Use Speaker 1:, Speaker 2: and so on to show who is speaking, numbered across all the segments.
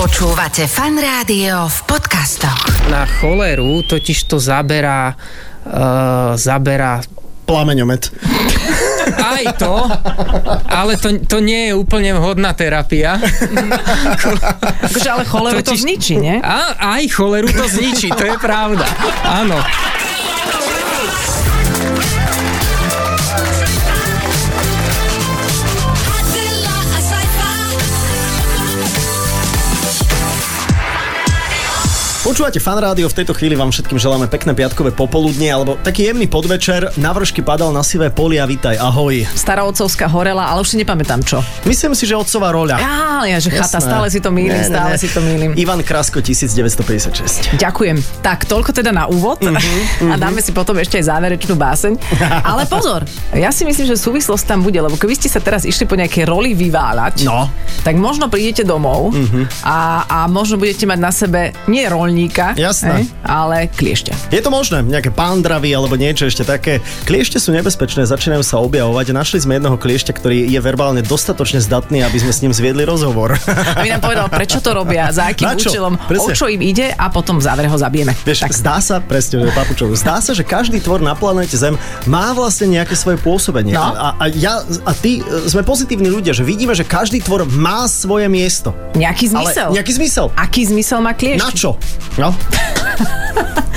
Speaker 1: Počúvate fan rádio v podcastoch.
Speaker 2: Na choleru totiž to zaberá, uh, zaberá
Speaker 3: Plameňomet.
Speaker 2: aj to, ale to, to nie je úplne vhodná terapia.
Speaker 4: Akože, ale choleru to
Speaker 2: Totiž-
Speaker 4: zničí, nie?
Speaker 2: A aj choleru to zničí, to je pravda. Áno.
Speaker 5: Adela, a sci-fi.
Speaker 3: Počúvate fan rádio, v tejto chvíli vám všetkým želáme pekné piatkové popoludne alebo taký jemný podvečer. Na vršky padal na sivé polia, vitaj, ahoj.
Speaker 4: Stará otcovská horela, ale už si nepamätám čo.
Speaker 3: Myslím si, že otcová roľa.
Speaker 4: Á, ale ja, že chata,
Speaker 3: Jasné.
Speaker 4: stále si to mýlim,
Speaker 3: Ne, ne,
Speaker 4: stále
Speaker 3: ne.
Speaker 4: si to mýlim.
Speaker 3: Ivan Krasko 1956.
Speaker 4: Ďakujem. Tak, toľko teda na úvod
Speaker 3: Mhm,
Speaker 4: a dáme si potom ešte aj záverečnú báseň. Ale pozor, ja si myslím, že súvislosť tam bude, lebo keby ste sa teraz išli po nejaké roli vyváľať,
Speaker 3: No. Mhm.
Speaker 4: tak možno prídete domov a, a možno budete mať na sebe nie rolníka,
Speaker 3: Jasné.
Speaker 4: hej, ale kliešťa.
Speaker 3: Je to možné, nejaké pandravy alebo niečo ešte také. Kliešte sú nebezpečné, začínajú sa objavovať. Našli sme jedného kliešťa, ktorý je verbálne dostatočne zdatný, aby sme s ním zviedli rozhovor.
Speaker 4: Aby nám povedal, prečo to robia, za akým
Speaker 3: Na čo?
Speaker 4: účelom,
Speaker 3: Presne.
Speaker 4: o čo im ide a potom v závere ho zabijeme.
Speaker 3: Vieš, tak. zdá sa, presne, že papučov, zdá sa, že každý tvor na planéte Zem má vlastne nejaké svoje pôsobenie.
Speaker 4: No.
Speaker 3: A, a, ja, a ty e, sme pozitívni ľudia, že vidíme, že každý tvor má svoje miesto.
Speaker 4: Nejaký zmysel.
Speaker 3: Ale nejaký zmysel.
Speaker 4: Aký zmysel má kliešť?
Speaker 3: Na čo? No.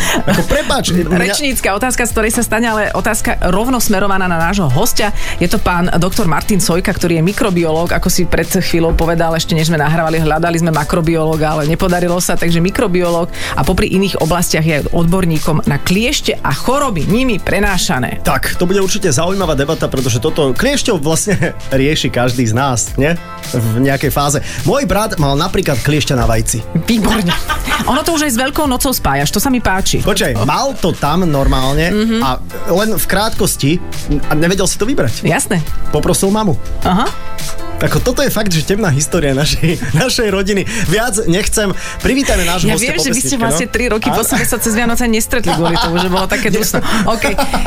Speaker 3: Ako prepáč. e, Mňa...
Speaker 4: Rečnícka otázka, z ktorej sa stane ale otázka rovno smerovaná na nášho hostia. Je to pán doktor Martin Sojka, ktorý je mikrobiológ, ako si pred chvíľou povedal, ešte než sme nahrávali, hľadali sme makrobiológa, ale nepodarilo sa, takže mikrobiológ a popri iných oblastiach je aj odborníkom na kliešte a choroby nimi prenášané.
Speaker 3: Tak, to bude určite zaujímavá debata, pretože toto kliešťov vlastne rieši každý z nás, nie? V nejakej fáze. Môj brat mal napríklad kliešťa na vajci.
Speaker 4: Výborne. Ono to už aj s veľkou nocou spájaš, to sa mi páči.
Speaker 3: Počkaj, mal to tam normálne mm-hmm. a len v krátkosti a nevedel si to vybrať.
Speaker 4: Jasné.
Speaker 3: Poprosil mamu.
Speaker 4: Aha.
Speaker 3: Ako toto je fakt, že temná história našej, našej rodiny. Viac nechcem. Privítajme nášho
Speaker 4: Ja
Speaker 3: hostia
Speaker 4: viem,
Speaker 3: po
Speaker 4: že vy ste
Speaker 3: pesničke,
Speaker 4: vlastne
Speaker 3: no?
Speaker 4: 3 roky po
Speaker 3: A-
Speaker 4: sebe sa cez Vianoce nestretli kvôli tomu, že bolo také dusno. OK,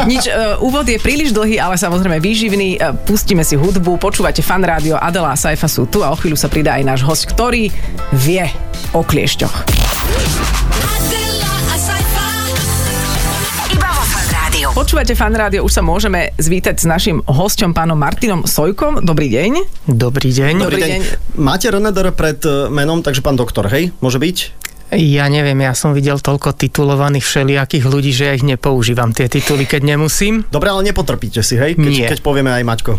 Speaker 4: nič, uh, úvod je príliš dlhý, ale samozrejme výživný. Uh, pustíme si hudbu, počúvate fan rádio, Adela a Saifa sú tu a o chvíľu sa pridá aj náš host, ktorý vie o kliešťoch.
Speaker 5: Adela, a sci-fi.
Speaker 1: Iba vo fan rádiu.
Speaker 4: Počúvate fan rádio, už sa môžeme zvítať s našim hosťom, pánom Martinom Sojkom. Dobrý deň.
Speaker 2: Dobrý deň.
Speaker 4: Dobrý deň.
Speaker 3: Máte Renedor pred e, menom, takže pán doktor, hej? Môže byť?
Speaker 2: Ja neviem, ja som videl toľko titulovaných všelijakých ľudí, že ja ich nepoužívam, tie tituly, keď nemusím.
Speaker 3: Dobre, ale nepotrpíte si, hej? Keď,
Speaker 2: Nie.
Speaker 3: keď povieme aj Maťko.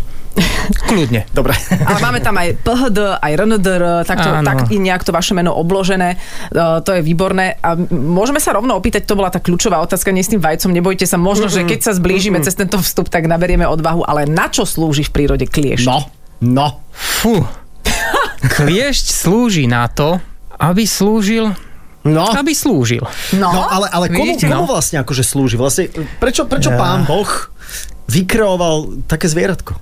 Speaker 2: Kľudne.
Speaker 3: Dobre.
Speaker 4: Ale máme tam aj PHD, aj RNDR, takto,
Speaker 2: Áno.
Speaker 4: tak i nejak to vaše meno obložené. Uh, to je výborné. A m- môžeme sa rovno opýtať, to bola tá kľúčová otázka, nie s tým vajcom, nebojte sa, možno, že keď sa zblížime cez tento vstup, tak naberieme odvahu, ale na čo slúži v prírode kliešť?
Speaker 3: No, no.
Speaker 2: Fú. Kliešť slúži na to, aby slúžil,
Speaker 3: No.
Speaker 2: aby slúžil.
Speaker 4: No,
Speaker 3: No, ale, ale komu,
Speaker 2: vidíte,
Speaker 3: komu
Speaker 2: no.
Speaker 3: vlastne akože slúži? Vlastne, prečo, prečo ja. pán Boh vykreoval také zvieratko?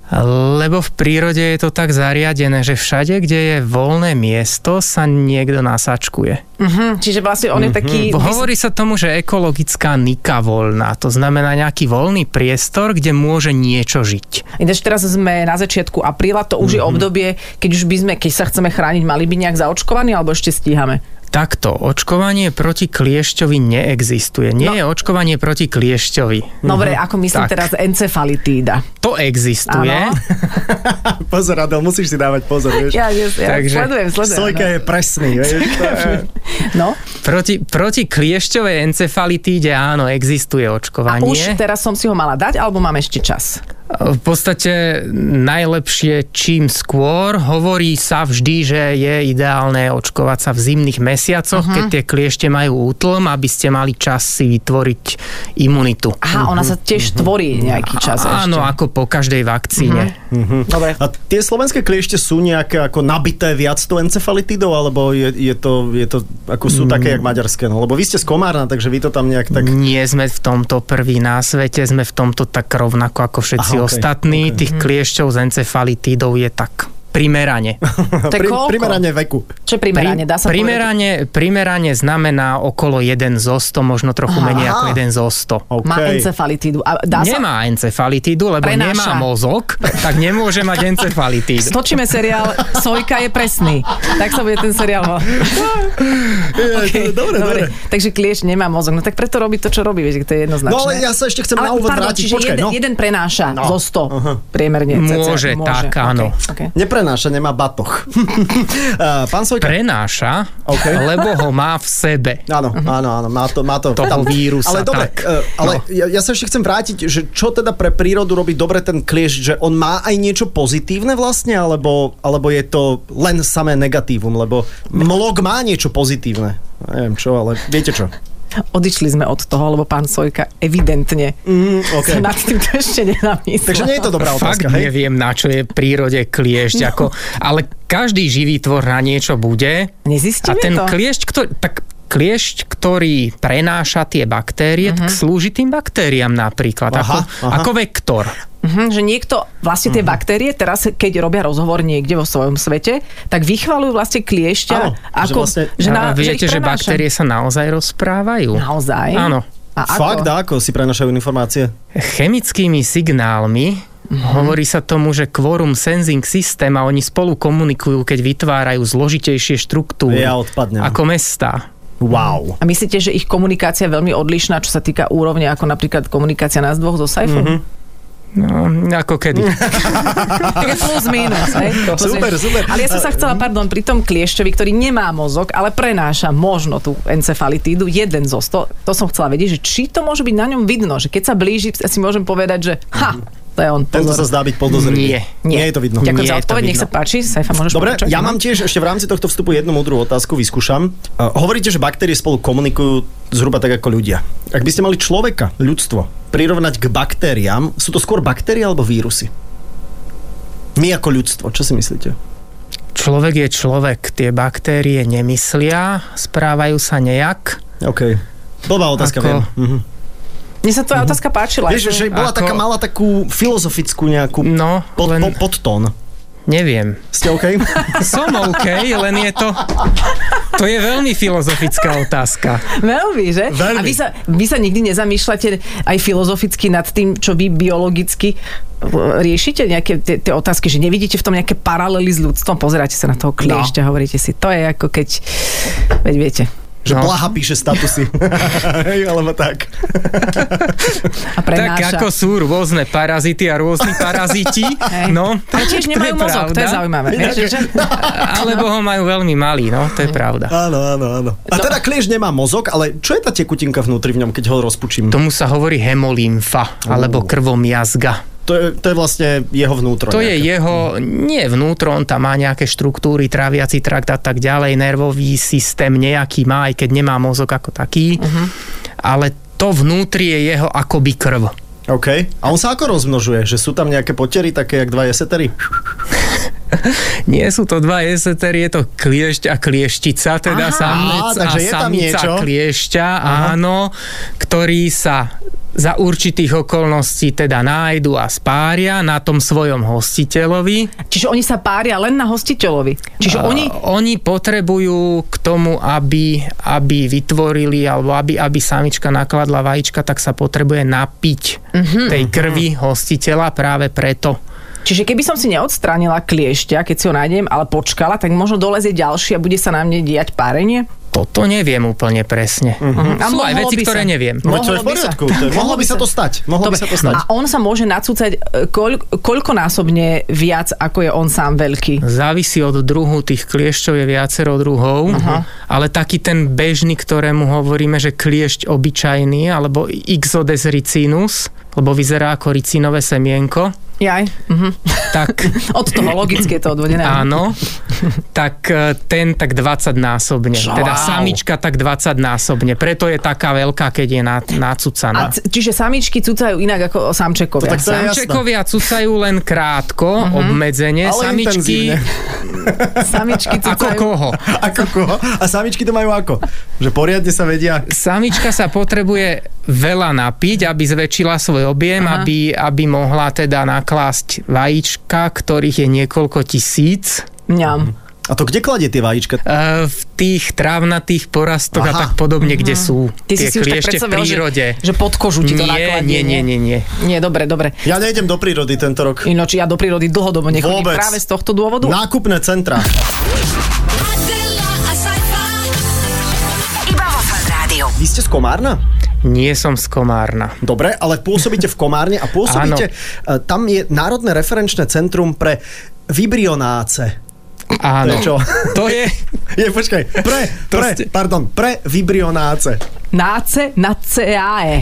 Speaker 2: Lebo v prírode je to tak zariadené, že všade, kde je voľné miesto, sa niekto nasačkuje.
Speaker 4: Mhm, čiže vlastne on je taký...
Speaker 2: Bo hovorí sa tomu, že ekologická nika voľná, to znamená nejaký voľný priestor, kde môže niečo žiť.
Speaker 4: Ináč teraz sme na začiatku apríla,
Speaker 3: Mhm.
Speaker 4: to už je obdobie, keď už by sme, keď sa chceme chrániť, mali byť nejak zaočkovaní, alebo ešte stíhame.
Speaker 2: Takto, očkovanie proti kliešťovi neexistuje. Nie
Speaker 4: No.
Speaker 2: je očkovanie proti kliešťovi.
Speaker 3: Mhm.
Speaker 4: Dobre, ako myslím
Speaker 2: Tak.
Speaker 4: teraz encefalitída.
Speaker 2: To existuje.
Speaker 4: Áno.
Speaker 3: Pozor, Adel, musíš si dávať pozor, vieš.
Speaker 4: Ja, ja, ja
Speaker 2: Takže
Speaker 4: sledujem, sledujem.
Speaker 3: Sojka
Speaker 4: no.
Speaker 3: je presný, vieš. To je-
Speaker 4: No.
Speaker 2: Proti, proti kliešťovej encefalitíde áno, existuje
Speaker 4: A
Speaker 2: očkovanie.
Speaker 4: už teraz som si ho mala dať, alebo mám ešte čas?
Speaker 2: V podstate najlepšie čím skôr. Hovorí sa vždy, že je ideálne očkovať sa v zimných mesiacoch,
Speaker 4: Mhm.
Speaker 2: uh-huh. keď tie kliešte majú útlm, aby ste mali čas si vytvoriť imunitu.
Speaker 4: Aha, ona sa tiež tvorí nejaký čas
Speaker 2: Mhm. Áno,
Speaker 4: ešte. Mhm.
Speaker 2: ako po každej vakcíne. Uh-huh.
Speaker 4: Dobre.
Speaker 3: A tie slovenské kliešte sú nejaké ako nabité viac tou encefalitidou, alebo je, je, to, je to, ako sú také, jak maďarské? No, lebo vy ste z Komárna, takže vy to tam nejak tak...
Speaker 2: Nie sme v tomto prví na svete, sme v tomto tak rovnako ako všetci
Speaker 3: Aha,
Speaker 2: Aha,
Speaker 3: okej,
Speaker 4: Mhm.
Speaker 2: ostatní.
Speaker 3: okej.
Speaker 2: Tých kliešťov s encefalitídou je tak primerane.
Speaker 4: To je koľko?
Speaker 3: primerane veku.
Speaker 4: Čo je primerane? Dá sa povedať?
Speaker 2: primerane, primerane znamená okolo 1 zo 100, možno trochu Aha. menej ako 1 zo 100.
Speaker 3: OK.
Speaker 4: Má encefalitídu. A dá sa...
Speaker 2: Nemá encefalitídu, lebo
Speaker 4: Prenáša.
Speaker 2: nemá mozog, tak nemôže mať encefalitídu.
Speaker 4: Stočíme seriál Sojka je presný. Tak sa bude ten seriál ho.
Speaker 3: Je,
Speaker 4: Okej,
Speaker 3: dobre, dobre.
Speaker 4: Takže klieš nemá mozog. No tak preto robí to, čo robí, vieš, to je jednoznačné.
Speaker 3: No ale ja sa ešte chcem na úvod
Speaker 4: pardon,
Speaker 3: vrátiť.
Speaker 4: čiže
Speaker 3: Počkaj,
Speaker 4: jeden,
Speaker 3: no.
Speaker 4: jeden prenáša
Speaker 3: No.
Speaker 4: zo 100 priemerne. cca.
Speaker 2: Môže, tak,
Speaker 4: Okej,
Speaker 2: áno.
Speaker 4: okej.
Speaker 3: Neprenáša, nemá batoch. Eh, Pán Sojka.
Speaker 2: Prenáša,
Speaker 3: OK.
Speaker 2: lebo ho má v sebe.
Speaker 3: Áno,
Speaker 4: Mhm.
Speaker 3: áno, áno, má to, má to
Speaker 2: Toho vírusa,
Speaker 3: Ale dobre,
Speaker 2: tak.
Speaker 3: eh, ale no. ja, ja sa ešte chcem vrátiť, že čo teda pre prírodu robí dobre ten kliež, že on má aj niečo pozitívne vlastne, alebo, alebo je to len samé negatívum, lebo mlok má niečo pozitívne. Neviem čo, ale viete čo.
Speaker 4: Odišli sme od toho, lebo pán Sojka evidentne
Speaker 3: Mm, okay.
Speaker 4: okay. nad týmto ešte nenamyslel.
Speaker 3: Takže nie je to dobrá
Speaker 2: Fakt
Speaker 3: otázka, hej?
Speaker 2: neviem, na čo je v prírode kliešť, no. ako, ale každý živý tvor na niečo bude.
Speaker 4: Nezistíme
Speaker 2: a ten
Speaker 4: to?
Speaker 2: kliešť, ktorý, tak kliešť, ktorý prenáša tie baktérie,
Speaker 4: Mhm.
Speaker 2: uh-huh. tak slúži tým baktériám napríklad, aha, ako,
Speaker 3: aha.
Speaker 2: aha. ako vektor.
Speaker 4: Mhm, že niekto, vlastne tie baktérie, teraz keď robia rozhovor niekde vo svojom svete, tak vychvalujú vlastne kliešťa,
Speaker 3: Áno, že
Speaker 4: ako,
Speaker 3: vlastne-
Speaker 2: a
Speaker 4: ich
Speaker 2: viete, že,
Speaker 4: prenáša. No,
Speaker 2: baktérie sa naozaj rozprávajú?
Speaker 4: Naozaj?
Speaker 2: Áno.
Speaker 4: A ako?
Speaker 3: Fakt, a ako si prenašajú informácie?
Speaker 2: Chemickými signálmi
Speaker 3: Mhm.
Speaker 2: Mm-hmm. Hovorí sa tomu, že quorum sensing systém a oni spolu komunikujú, keď vytvárajú zložitejšie štruktúry
Speaker 3: Ja odpadnem.
Speaker 2: ako mestá.
Speaker 3: Wow.
Speaker 4: A myslíte, že ich komunikácia je veľmi odlišná, čo sa týka úrovne, ako napríklad komunikácia nás dvoch so Saifom? Mm-hmm.
Speaker 2: No, ako kedy.
Speaker 4: Také plus minus. Hej? To plus
Speaker 3: Super,
Speaker 4: minus.
Speaker 3: super.
Speaker 4: Ale ja som sa chcela, pardon, pri tom kliešťovi, ktorý nemá mozog, ale prenáša možno tú encefalitídu, jeden zo sto, to som chcela vedieť, že či to môže byť na ňom vidno, že keď sa blíži, si môžem povedať, že ha, to je on.
Speaker 3: Ten sa
Speaker 4: Pozor.
Speaker 3: zdá byť podozrivý.
Speaker 2: Nie,
Speaker 3: nie. Nie je to vidno.
Speaker 2: Nie
Speaker 4: Ďakujem za
Speaker 2: je to
Speaker 4: odpoveď, nech
Speaker 2: vidno.
Speaker 4: sa páči. Saifa, môžeš
Speaker 3: Dobre,
Speaker 4: pokračovať?
Speaker 3: ja mám tiež ešte v rámci tohto vstupu jednu múdru otázku, vyskúšam. Uh, hovoríte, že baktérie spolu komunikujú zhruba tak ako ľudia. Ak by ste mali človeka, ľudstvo, prirovnať k baktériám, sú to skôr baktérie alebo vírusy? My ako ľudstvo, čo si myslíte?
Speaker 2: Človek je človek, tie baktérie nemyslia, správajú sa nejak.
Speaker 3: OK. Blbá otázka,
Speaker 2: Ako-
Speaker 3: viem. Mhm.
Speaker 4: Mne sa tvoja otázka páčila.
Speaker 3: Vieš, že bola
Speaker 2: Ako-
Speaker 3: taká, mala takú filozofickú nejakú
Speaker 2: No,
Speaker 3: pod,
Speaker 2: len-
Speaker 3: po, podtón.
Speaker 2: Neviem.
Speaker 3: Ste OK?
Speaker 2: Som OK, len je to... To je veľmi filozofická otázka.
Speaker 4: Veľmi, že?
Speaker 3: Veľmi.
Speaker 4: A vy sa, vy sa nikdy nezamýšľate aj filozoficky nad tým, čo vy biologicky e, riešite nejaké tie, tie otázky, že nevidíte v tom nejaké paralely s ľudstvom, pozeráte sa na toho kliešťa, no. hovoríte si, to je ako keď, veď viete.
Speaker 3: že
Speaker 2: No.
Speaker 3: Blaha píše statusy. Hej, Alebo tak.
Speaker 4: A prenáša.
Speaker 2: Tak ako sú rôzne parazity a rôzni paraziti,
Speaker 4: Hej.
Speaker 2: no...
Speaker 4: Ale
Speaker 2: to
Speaker 4: tiež
Speaker 2: je
Speaker 4: nemajú mozog, to je
Speaker 2: pravda.
Speaker 4: zaujímavé. Vieš, že,
Speaker 2: Alebo ho majú veľmi malý, no, to je pravda.
Speaker 3: Áno, áno, áno. A
Speaker 2: No.
Speaker 3: teda kliež nemá mozog, ale čo je tá tekutinka vnútri v ňom, keď ho rozpučím?
Speaker 2: Tomu sa hovorí hemolymfa, alebo krvomiazga.
Speaker 3: To je, to je vlastne jeho vnútro.
Speaker 2: To je
Speaker 3: nejaké.
Speaker 2: jeho, nie vnútro, on tam má nejaké štruktúry, tráviaci trakt a tak ďalej, nervový systém nejaký má, aj keď nemá mozog ako taký, uh-huh. ale to vnútri je jeho akoby krv.
Speaker 3: OK. A on sa ako rozmnožuje? Že sú tam nejaké potery, také jak dva jesetery?
Speaker 2: Nie sú to dva jeseter, je to kliešť a klieštica, teda
Speaker 4: Aha.
Speaker 2: samec
Speaker 3: Á, takže
Speaker 2: a
Speaker 3: je tam
Speaker 2: samica
Speaker 3: niečo.
Speaker 2: kliešťa, áno, ktorý sa za určitých okolností teda nájdu a spária na tom svojom hostiteľovi.
Speaker 4: čiže oni sa pária len na hostiteľovi. Čiže
Speaker 2: A
Speaker 4: oni...
Speaker 2: oni potrebujú k tomu, aby, aby vytvorili, alebo aby, aby samička nakladla vajíčka, tak sa potrebuje napiť
Speaker 4: Mhm.
Speaker 2: tej
Speaker 3: Mhm.
Speaker 2: krvi hostiteľa práve preto.
Speaker 4: Čiže keby som si neodstránila kliešťa, keď si ho nájdem, ale počkala, tak možno dolezie ďalší a bude sa na mne diať párenie.
Speaker 2: Toto neviem úplne presne.
Speaker 4: Mhm. A
Speaker 2: Sú aj
Speaker 4: mohlo
Speaker 2: veci,
Speaker 4: by sa.
Speaker 2: ktoré neviem.
Speaker 3: Veď to je v
Speaker 4: Mohlo by sa.
Speaker 3: poriadku. To je, mohlo by sa to stať. Mohlo by
Speaker 4: Dobre,
Speaker 3: sa to stať.
Speaker 4: A on sa môže nacúcať e, koľ, koľkonásobne viac, ako je on sám veľký.
Speaker 2: Závisí od druhu, tých kliešťov je viacero druhov, ale taký ten bežný, ktorému hovoríme, že kliešť obyčajný, alebo Ixodes ricinus, lebo vyzerá ako ricinové semienko,
Speaker 4: Jaj. Mhm.
Speaker 2: tak
Speaker 4: Od toho logicky je to odvodené.
Speaker 2: Áno, tak e, ten tak 20 násobne.
Speaker 4: Čo?
Speaker 2: Teda
Speaker 4: Wow.
Speaker 2: samička tak 20 násobne. Preto je taká veľká, keď je na,
Speaker 4: A
Speaker 2: nacucaná.
Speaker 4: c- čiže samičky cucajú inak ako
Speaker 3: To
Speaker 4: samčekovia.
Speaker 3: tak to je-
Speaker 2: Samčekovia cucajú len krátko, obmedzenie.
Speaker 3: Mhm. Ale
Speaker 2: Samičky,
Speaker 3: intenzívne.
Speaker 4: Samičky
Speaker 2: ako
Speaker 4: cucajú.
Speaker 2: koho?
Speaker 3: Ako koho? A samičky to majú ako? Že poriadne sa vedia.
Speaker 2: Samička sa potrebuje veľa napiť, aby zväčšila svoj objem,
Speaker 4: Aha.
Speaker 2: aby, aby mohla teda naklásť vajíčka, ktorých je niekoľko tisíc.
Speaker 4: Mňam.
Speaker 3: A to kde kladie tie vajíčka?
Speaker 2: E, v tých trávnatých porastoch a
Speaker 3: Aha.
Speaker 2: tak podobne, kde sú
Speaker 4: Mhm. Ty si
Speaker 2: tie
Speaker 4: si už tak
Speaker 2: kliešte v
Speaker 4: predstavil, že,
Speaker 2: prírode.
Speaker 4: že pod kožu ti
Speaker 2: nie,
Speaker 4: to nakladne.
Speaker 2: nie, nie, nie, nie.
Speaker 4: Nie, dobre, dobre.
Speaker 3: Ja nejdem do prírody tento rok.
Speaker 4: Inoč ja do prírody dlhodobo nechodím
Speaker 3: Vôbec.
Speaker 4: práve z tohto dôvodu.
Speaker 3: Nákupné centra.
Speaker 5: Adela, a sci-fi.
Speaker 1: Iba vo Fan Rádiu.
Speaker 3: Vy ste z Komárna?
Speaker 2: Nie som z Komárna.
Speaker 3: Dobre, ale pôsobíte v Komárne a pôsobíte... Áno. Tam je Národné referenčné centrum pre vibrionáce.
Speaker 2: Áno.
Speaker 3: čo?
Speaker 2: To je...
Speaker 3: Je, počkaj, pre,
Speaker 2: To
Speaker 3: pre,
Speaker 2: ste-
Speaker 3: pardon, pre vibrionáce.
Speaker 4: Náce na E. CAE.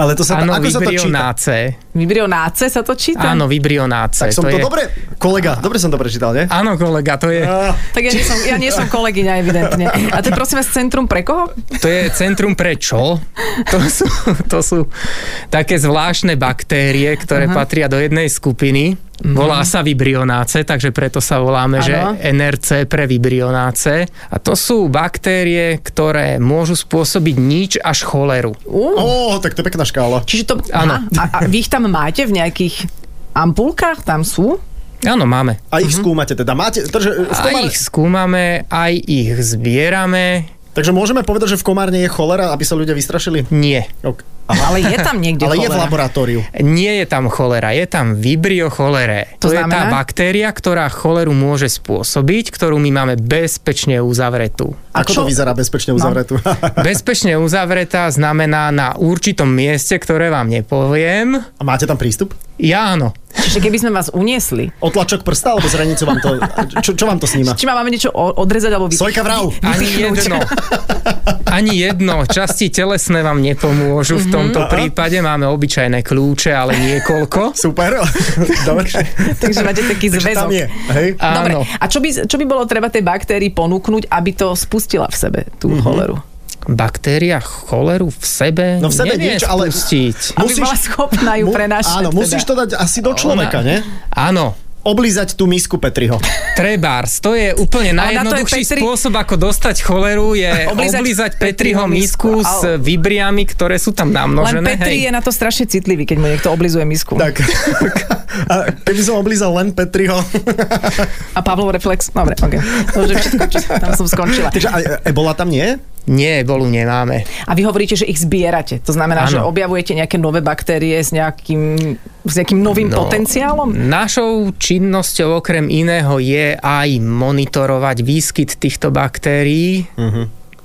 Speaker 3: Ale to sa,
Speaker 2: Áno,
Speaker 3: ako sa to číta?
Speaker 2: vibrionáce.
Speaker 4: Vibrionáce sa to číta?
Speaker 2: Áno, vibrionáce.
Speaker 3: Tak som to,
Speaker 2: je...
Speaker 3: dobre, kolega, dobre som to prečítal, nie?
Speaker 2: Áno, kolega, to je,
Speaker 3: Á,
Speaker 4: Tak ja nie som, ja nie som kolegyňa, evidentne. A to je prosím vás centrum pre koho?
Speaker 2: to je centrum pre čo? To sú, to sú také zvláštne baktérie, ktoré patria do jednej skupiny. Volá sa vibrionáce, takže preto sa voláme,
Speaker 4: Áno.
Speaker 2: že NRC pre vibrionáce. A to sú baktérie, ktoré môžu spôsobiť nič až choleru.
Speaker 4: Ú,
Speaker 3: Ó, tak to je pekná škála.
Speaker 4: čiže to...
Speaker 2: Áno.
Speaker 4: Aha, A, a vy ich tam máte v nejakých ampulkách? Tam sú?
Speaker 2: Áno, máme.
Speaker 3: A ich skúmate teda. Máte, takže, v
Speaker 2: Aj
Speaker 3: Komárne,
Speaker 2: ich skúmame, aj ich zbierame.
Speaker 3: takže môžeme povedať, že v Komárne je cholera, aby sa ľudia vystrašili?
Speaker 2: Nie.
Speaker 3: Ok.
Speaker 4: Ale je tam niekde
Speaker 3: Ale je v
Speaker 4: cholera.
Speaker 3: laboratóriu.
Speaker 2: Nie je tam cholera, je tam vibrio choleré.
Speaker 4: To
Speaker 2: To, je tá
Speaker 4: znamená?
Speaker 2: baktéria, ktorá choleru môže spôsobiť, ktorú my máme bezpečne uzavretú.
Speaker 4: A
Speaker 3: Ako
Speaker 4: čo-
Speaker 3: to vyzerá bezpečne uzavretú?
Speaker 2: Bezpečne uzavretá znamená na určitom mieste, ktoré vám nepoviem.
Speaker 3: A máte tam prístup?
Speaker 2: Ja áno.
Speaker 4: Čiže keby sme vás uniesli.
Speaker 3: Otlačok prsta alebo zranicu vám to... Čo, čo vám to sníma?
Speaker 4: Či ma máme niečo o- odrezať alebo vypiť?
Speaker 3: Sojka vrav!
Speaker 2: Ani
Speaker 3: no.
Speaker 2: jedno. Ani jedno. Časti telesné vám nepomôžu.
Speaker 4: Mhm.
Speaker 2: V tomto prípade máme obyčajné kľúče, ale niekoľko.
Speaker 3: Super. Dobre.
Speaker 4: Takže máte taký
Speaker 3: Takže
Speaker 4: zväzok.
Speaker 3: tam je. Hej.
Speaker 4: Dobre,
Speaker 2: Áno.
Speaker 4: a čo by, čo by bolo treba tej baktérii ponúknuť, aby to spustila v sebe,
Speaker 3: Mhm.
Speaker 4: tú mm-hmm. choleru?
Speaker 2: Baktéria choleru v sebe
Speaker 3: No v sebe
Speaker 2: nevie
Speaker 3: nič, ale-
Speaker 2: spustiť.
Speaker 4: Aby bola schopná ju
Speaker 3: mu-
Speaker 4: prenášať.
Speaker 3: Áno, musíš to
Speaker 4: teda.
Speaker 3: dať asi
Speaker 2: No,
Speaker 3: do človeka, ne?
Speaker 2: Áno.
Speaker 3: Oblízať tú misku Petriho.
Speaker 2: Trebárs, to je úplne
Speaker 4: Ale na to je
Speaker 2: najjednoduchší
Speaker 4: Petri-
Speaker 2: spôsob, ako dostať choleru, je
Speaker 4: Oblízať
Speaker 2: oblízať, Petriho
Speaker 4: Petriho
Speaker 2: misku
Speaker 4: misku,
Speaker 2: s
Speaker 4: ale-
Speaker 2: vibriami, ktoré sú tam
Speaker 3: No,
Speaker 4: Len
Speaker 2: namnožené.
Speaker 4: Petri
Speaker 2: hej.
Speaker 4: je na to strašne citlivý, keď mu niekto oblizuje misku.
Speaker 3: Tak. A keby som oblízal len Petriho.
Speaker 4: A Pavlov reflex. Dobre, ok. To už je všetko, čo tam som skončila.
Speaker 3: Takže a- ebola tam nie?
Speaker 2: Nie, bolu nemáme.
Speaker 4: A vy hovoríte, že ich zbierate. To znamená,
Speaker 2: Áno.
Speaker 4: že objavujete nejaké nové baktérie s nejakým, s nejakým novým
Speaker 2: No,
Speaker 4: potenciálom?
Speaker 2: Našou činnosťou okrem iného je aj monitorovať výskyt týchto baktérií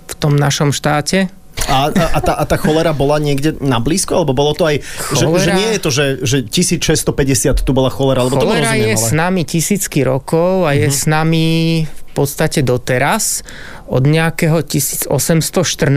Speaker 2: v tom našom štáte.
Speaker 3: A, a, a, tá, a tá cholera bola niekde na blízko? Alebo bolo to aj... Že,
Speaker 2: Cholera-
Speaker 3: že nie je to, že, že 1650 tu bola cholera, alebo
Speaker 2: Cholera
Speaker 3: tomu
Speaker 2: je
Speaker 3: rozumiem, ale...
Speaker 2: s nami tisícky rokov a je
Speaker 4: Mhm.
Speaker 2: s nami v podstate doteraz od nejakého 1814.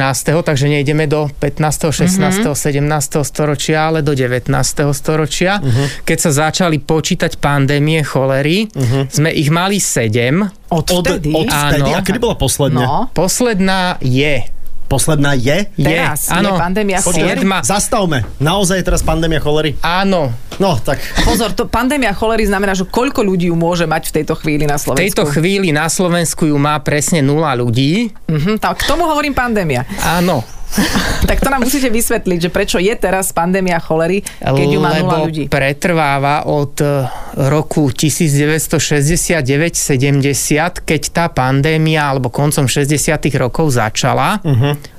Speaker 2: takže nejdeme do 15.,
Speaker 4: Mhm.
Speaker 2: 16., 17. storočia, ale do 19. storočia.
Speaker 4: Mhm.
Speaker 2: Keď sa začali počítať pandémie cholery,
Speaker 4: Mhm.
Speaker 2: sme ich mali 7.
Speaker 4: Odvtedy?
Speaker 3: Od, odvtedy?
Speaker 2: Áno.
Speaker 3: A kedy bola posledná?
Speaker 4: No,
Speaker 2: Posledná je.
Speaker 3: Posledná je?
Speaker 2: je
Speaker 4: Teraz je pandémia
Speaker 2: Počkaj,
Speaker 4: cholery?
Speaker 2: ma-
Speaker 3: Zastavme. Naozaj je teraz pandémia cholery?
Speaker 2: Áno,
Speaker 3: No, tak.
Speaker 4: pozor, to pandémia cholery znamená, že koľko ľudí ju môže mať v tejto chvíli na
Speaker 2: v
Speaker 4: Slovensku?
Speaker 2: tejto chvíli na Slovensku ju má presne 0 ľudí.
Speaker 4: Mhm, tak k tomu hovorím pandémia.
Speaker 2: Áno,
Speaker 4: Tak to nám musíte vysvetliť, že prečo je teraz pandémia cholery, keď ju má
Speaker 2: lebo
Speaker 4: nula ľudí.
Speaker 2: pretrváva od eh, roku 1969-70, keď tá pandémia alebo koncom 60 rokov začala
Speaker 4: Mhm.
Speaker 2: uh-huh.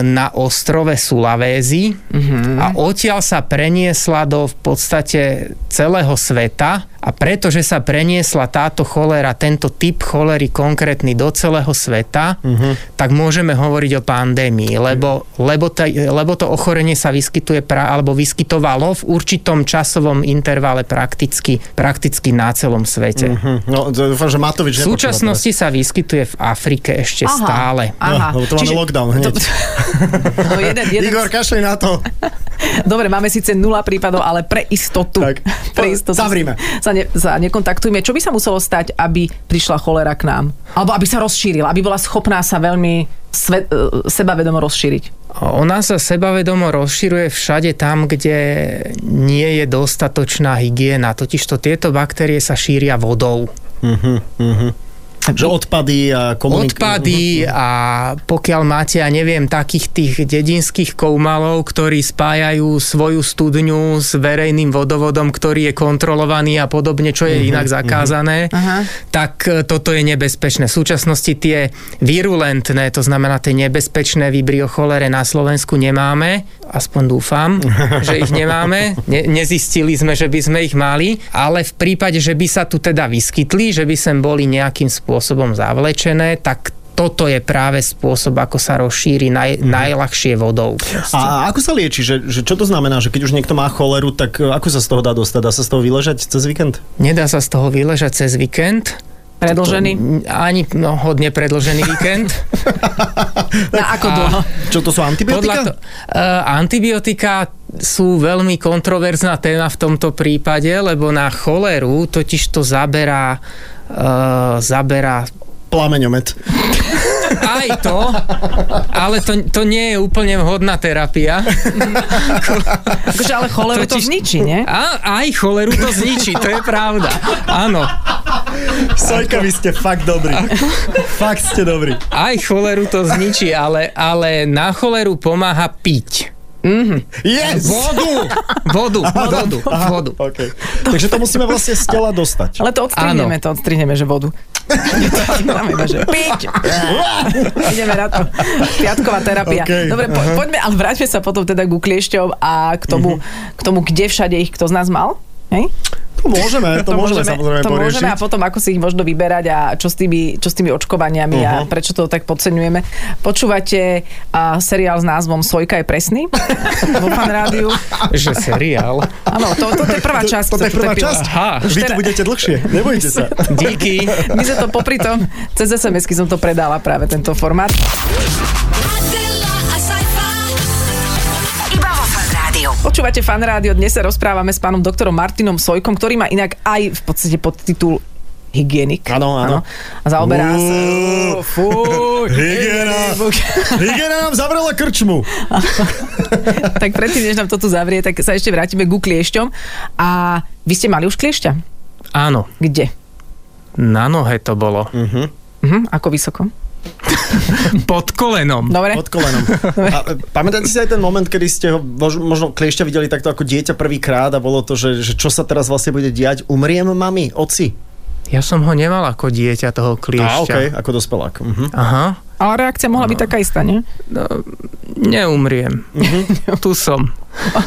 Speaker 2: na ostrove Sulavézy
Speaker 4: Mhm.
Speaker 2: uh-huh. a odtiaľ sa preniesla do v podstate celého sveta a pretože sa preniesla táto cholera, tento typ cholery konkrétny do celého sveta, uh-huh. tak môžeme hovoriť o pandémii, lebo, lebo, taj, lebo to ochorenie sa vyskytuje pra, alebo vyskytovalo v určitom časovom intervale prakticky, prakticky na celom svete. Uh-huh.
Speaker 3: No, dúfam, že Matovič
Speaker 2: V
Speaker 3: nepočúva
Speaker 2: súčasnosti sa vyskytuje v Afrike ešte
Speaker 4: Aha.
Speaker 2: Aha. stále.
Speaker 3: No, lebo to máme lockdown hneď.
Speaker 4: To, no jeden,
Speaker 3: teraz.
Speaker 4: jeden,
Speaker 3: Igor, kašli na to.
Speaker 4: Dobre, máme síce nula prípadov, ale pre istotu.
Speaker 3: Tak,
Speaker 4: pre istotu.
Speaker 3: zavrime.
Speaker 4: Sa, ne, sa nekontaktujme. Čo by sa muselo stať, aby prišla cholera k nám? Alebo aby sa rozšírila, aby bola schopná sa veľmi sve, e, sebavedomo rozšíriť.
Speaker 2: Ona sa sebavedomo rozširuje všade tam, kde nie je dostatočná hygiena. Totižto tieto baktérie sa šíria vodou.
Speaker 3: Mhm, Že odpady a komunik-
Speaker 2: Odpady a pokiaľ máte, ja neviem, takých tých dedinských koumalov, ktorí spájajú svoju studňu s verejným vodovodom, ktorý je kontrolovaný a podobne, čo je inak zakázané,
Speaker 4: Aha.
Speaker 2: tak e, toto je nebezpečné. V súčasnosti tie virulentné, to znamená tie nebezpečné vibriocholere na Slovensku nemáme, aspoň dúfam, že ich nemáme. Ne, nezistili sme, že by sme ich mali, ale v prípade, že by sa tu teda vyskytli, že by sem boli nejakým spôsobom zavlečené, tak toto je práve spôsob, ako sa rozšíri naj, najľahšie vodou.
Speaker 3: A ako sa lieči? Že, že čo to znamená? Že keď už niekto má choleru, tak e, ako sa z toho dá dostať? Dá sa z toho vyležať cez víkend?
Speaker 2: Nedá sa z toho vyležať cez víkend.
Speaker 4: Predlžený?
Speaker 2: Ani no, hodne predlžený víkend.
Speaker 4: Na ako dlho?
Speaker 3: Čo to sú antibiotika?
Speaker 2: Podľa to, uh, antibiotika sú veľmi kontroverzná téma v tomto prípade, lebo na choleru totiž to zaberá uh, zaberá
Speaker 3: Plameňomet.
Speaker 2: aj to, ale to, to nie je úplne vhodná terapia.
Speaker 4: Akože ale choleru to
Speaker 2: Totiž-
Speaker 4: zničí, nie?
Speaker 2: A aj choleru to zničí, to je pravda. Áno,
Speaker 3: Sojka, vy ste fakt dobrí. fakt ste dobrí.
Speaker 2: aj choleru to zničí, ale, ale na choleru pomáha piť.
Speaker 3: Yes!
Speaker 2: Vodu! Vodu, vodu,
Speaker 3: Aha,
Speaker 2: vodu.
Speaker 3: Okay. Takže to musíme vlastne z tela dostať.
Speaker 4: Ale to odstrihneme, to odstrihneme, že vodu. Dáme iba, že piť. Ideme na to. Piatková terapia.
Speaker 3: Okej,
Speaker 4: Dobre, po, poďme, ale vráťme sa potom teda ku kliešťom a k tomu,
Speaker 3: Mhm.
Speaker 4: k tomu, kde všade ich kto z nás mal. Hej?
Speaker 3: To môžeme, to, môžeme, samozrejme
Speaker 4: to
Speaker 3: poriešiť.
Speaker 4: môžeme a potom ako si ich možno vyberať a čo s tými, čo s tými očkovaniami uh-huh. a prečo to tak podceňujeme. Počúvate a, seriál s názvom Sojka je presný vo fan rádiu.
Speaker 2: Že seriál.
Speaker 4: Áno, to, to, to je prvá časť.
Speaker 3: Toto je prvá
Speaker 4: pilot.
Speaker 3: časť.
Speaker 2: Aha.
Speaker 3: Vy tu
Speaker 4: Teraz-
Speaker 3: budete dlhšie, nebojte sa.
Speaker 2: Díky.
Speaker 4: My sme to popri tom, cez SMS-ky som to predala práve tento formát.
Speaker 5: Adela, a sci-fi.
Speaker 1: Iba vo Fan Rádiu.
Speaker 4: Počúvate fan rádio, dnes sa rozprávame s pánom doktorom Martinom Sojkom, ktorý má inak aj v podstate podtitul hygienik.
Speaker 3: Áno, áno.
Speaker 4: A zaoberá sa...
Speaker 3: Uú,
Speaker 4: Fuj,
Speaker 3: hygiena. Hygiena nám zavrela krčmu.
Speaker 4: tak predtým, než nám to tu zavrie, tak sa ešte vrátime ku kliešťom. A vy ste mali už kliešťa?
Speaker 2: Áno,
Speaker 4: Kde?
Speaker 2: na nohe to bolo.
Speaker 4: Mhm, ako vysoko?
Speaker 2: Pod kolenom.
Speaker 4: Dobre.
Speaker 3: Pod kolenom. A, e, pamätáte si aj ten moment, kedy ste ho mož- možno kliešťa videli takto ako dieťa prvýkrát a bolo to, že, že čo sa teraz vlastne bude diať? Umriem, mami, oci.
Speaker 2: Ja som ho nemal ako dieťa toho
Speaker 3: A
Speaker 2: kliešťa.
Speaker 3: okej, ako dospelák. Mhm.
Speaker 2: Aha.
Speaker 4: Ale reakcia mohla
Speaker 2: No.
Speaker 4: byť taká istá, nie?
Speaker 2: Neumriem. tu som.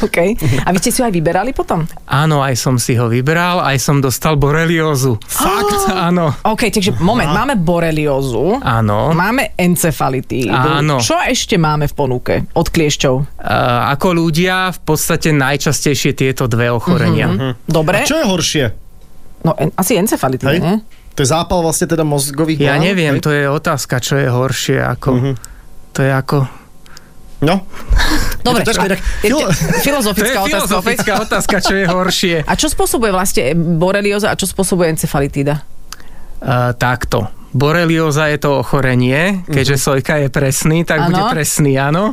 Speaker 4: OK. A vy ste si ho aj vyberali potom?
Speaker 2: Áno, aj som si ho vybral, aj som dostal boreliózu. Fakt? Áno.
Speaker 4: OK, takže moment, máme boreliózu.
Speaker 2: Áno.
Speaker 4: Máme encefalitídu.
Speaker 2: Áno.
Speaker 4: Čo ešte máme v ponuke od kliešťov?
Speaker 2: E, ako ľudia v podstate najčastejšie tieto dve ochorenia.
Speaker 4: mhm.
Speaker 2: E?
Speaker 4: Dobre?
Speaker 3: Čo je horšie?
Speaker 4: No en, asi encefalitída,
Speaker 3: Hej?
Speaker 4: nie?
Speaker 3: To je zápal vlastne teda mozgových
Speaker 2: Mhm. Ja
Speaker 3: glán?
Speaker 2: neviem,
Speaker 3: Hej?
Speaker 2: to je otázka, čo je horšie ako... To je ako...
Speaker 3: No,
Speaker 4: Dobre,
Speaker 3: Je to ťažké, tak
Speaker 4: je-
Speaker 3: filo-
Speaker 2: To je
Speaker 4: filozofická otázka. opäť.
Speaker 2: filozofická otázka, čo je horšie.
Speaker 4: A čo spôsobuje vlastne borelioza a čo spôsobuje encefalitída?
Speaker 2: Uh, takto. Borelioza je to ochorenie, keďže Sojka je presný, tak
Speaker 4: Mhm. Áno.
Speaker 2: ano. bude presný, áno.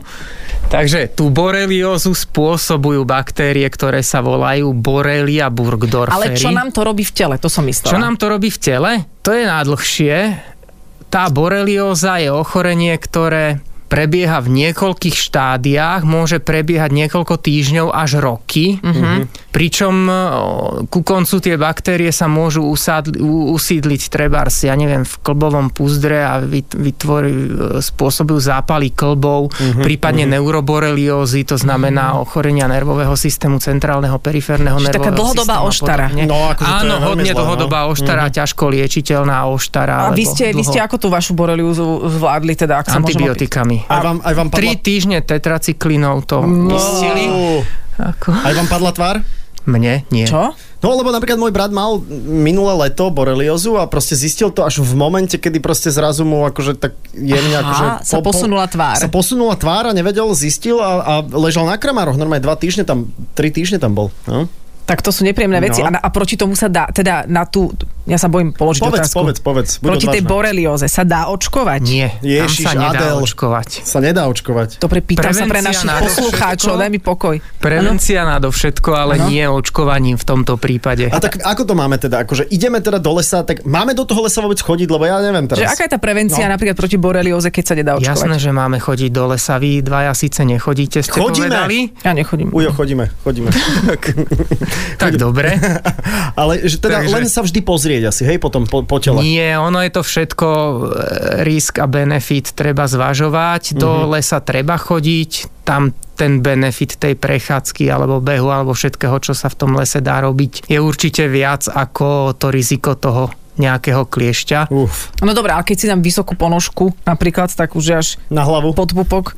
Speaker 2: Takže tú boreliozu spôsobujú baktérie, ktoré sa volajú Borrelia burgdorferi.
Speaker 4: Ale čo nám to robí v tele, to som myslela.
Speaker 2: čo nám to robí v tele? To je nádlhšie. Tá borelioza je ochorenie, ktoré prebieha v niekoľkých štádiách, môže prebiehať niekoľko týždňov až roky, uh-huh. pričom o, ku koncu tie baktérie sa môžu usádli, u- usídliť trebárs, ja neviem, v klbovom púzdre a vyt- vytvorí, e, spôsobujú zápaly klbov, uh-huh. prípadne uh-huh. neuroboreliózy, to znamená uh-huh. ochorenia nervového systému centrálneho periférneho
Speaker 4: Čiže
Speaker 2: nervového
Speaker 4: taká dlhodobá
Speaker 2: systému a
Speaker 4: oštara.
Speaker 2: podobne.
Speaker 3: No, akože to
Speaker 2: Áno,
Speaker 3: je veľmi
Speaker 2: hodne
Speaker 3: zlé, no.
Speaker 2: dlhodobá oštara, ťažko liečiteľná oštara.
Speaker 4: A vy
Speaker 2: lebo
Speaker 4: ste, vy
Speaker 2: dlho-
Speaker 4: ste ako tú vašu boreliozu zvládli, teda ak sa môžem opýtať?
Speaker 2: antibiotikami.
Speaker 3: aj vám, aj vám padla...
Speaker 2: Tri týždne tetracyklinov to no. istili.
Speaker 3: Au.
Speaker 2: Ako?
Speaker 3: Aj vám padla tvár?
Speaker 2: Mne nie.
Speaker 4: Čo?
Speaker 3: No lebo napríklad môj brat mal minulé leto boreliozu a proste zistil to až v momente, kedy proste zrazu mu akože tak jemne
Speaker 4: Aha,
Speaker 3: akože...
Speaker 4: sa posunula tvár.
Speaker 3: Sa posunula tvár a nevedel, zistil a, a ležal na kramároch. Normálne dva týždne tam, tri týždne tam bol. No?
Speaker 4: Tak to sú nepríjemné veci
Speaker 3: No.
Speaker 4: a, na, a proti tomu sa dá, teda na tú, ja sa bojím položiť
Speaker 3: Povedz,
Speaker 4: otázku.
Speaker 3: povedz, povedz, buď
Speaker 4: Proti tej
Speaker 3: odvážna.
Speaker 4: borelioze sa dá očkovať?
Speaker 2: Nie,
Speaker 3: Ježiš,
Speaker 2: tam sa nedá
Speaker 3: Adel.
Speaker 2: očkovať.
Speaker 3: Sa nedá očkovať.
Speaker 4: Dobre, pýtam sa pre
Speaker 2: Prevencia
Speaker 4: našich
Speaker 2: na
Speaker 4: poslucháčov,
Speaker 2: všetko.
Speaker 4: daj mi pokoj.
Speaker 2: Prevencia nadovšetko, ale
Speaker 4: Áno.
Speaker 2: nie očkovaním v tomto prípade.
Speaker 3: A tak ako to máme teda? Akože ideme teda do lesa, tak máme do toho lesa vôbec chodiť, lebo ja neviem
Speaker 4: Že
Speaker 3: teraz.
Speaker 4: aká je tá
Speaker 2: No.
Speaker 4: prevencia napríklad proti borelioze, keď sa nedá očkovať?
Speaker 2: Jasné, že máme chodiť do lesa. Vy dvaja síce nechodíte, ste
Speaker 3: Chodíme.
Speaker 2: povedali.
Speaker 4: Ja nechodím.
Speaker 3: Ujo, chodíme, chodíme.
Speaker 2: Tak dobre.
Speaker 3: Ale že teda
Speaker 2: Takže-
Speaker 3: len sa vždy pozrieť asi, hej, potom po, po tele.
Speaker 2: Nie, ono je to všetko e, risk a benefit treba zvažovať.
Speaker 4: Mhm.
Speaker 2: Do lesa treba chodiť, tam ten benefit tej prechádzky alebo behu alebo všetkého, čo sa v tom lese dá robiť, je určite viac ako to riziko toho nejakého kliešťa.
Speaker 3: Uf,
Speaker 4: No dobré, ale keď si dám vysokú ponožku, napríklad takú, že až
Speaker 3: na hlavu.
Speaker 4: pod pupok,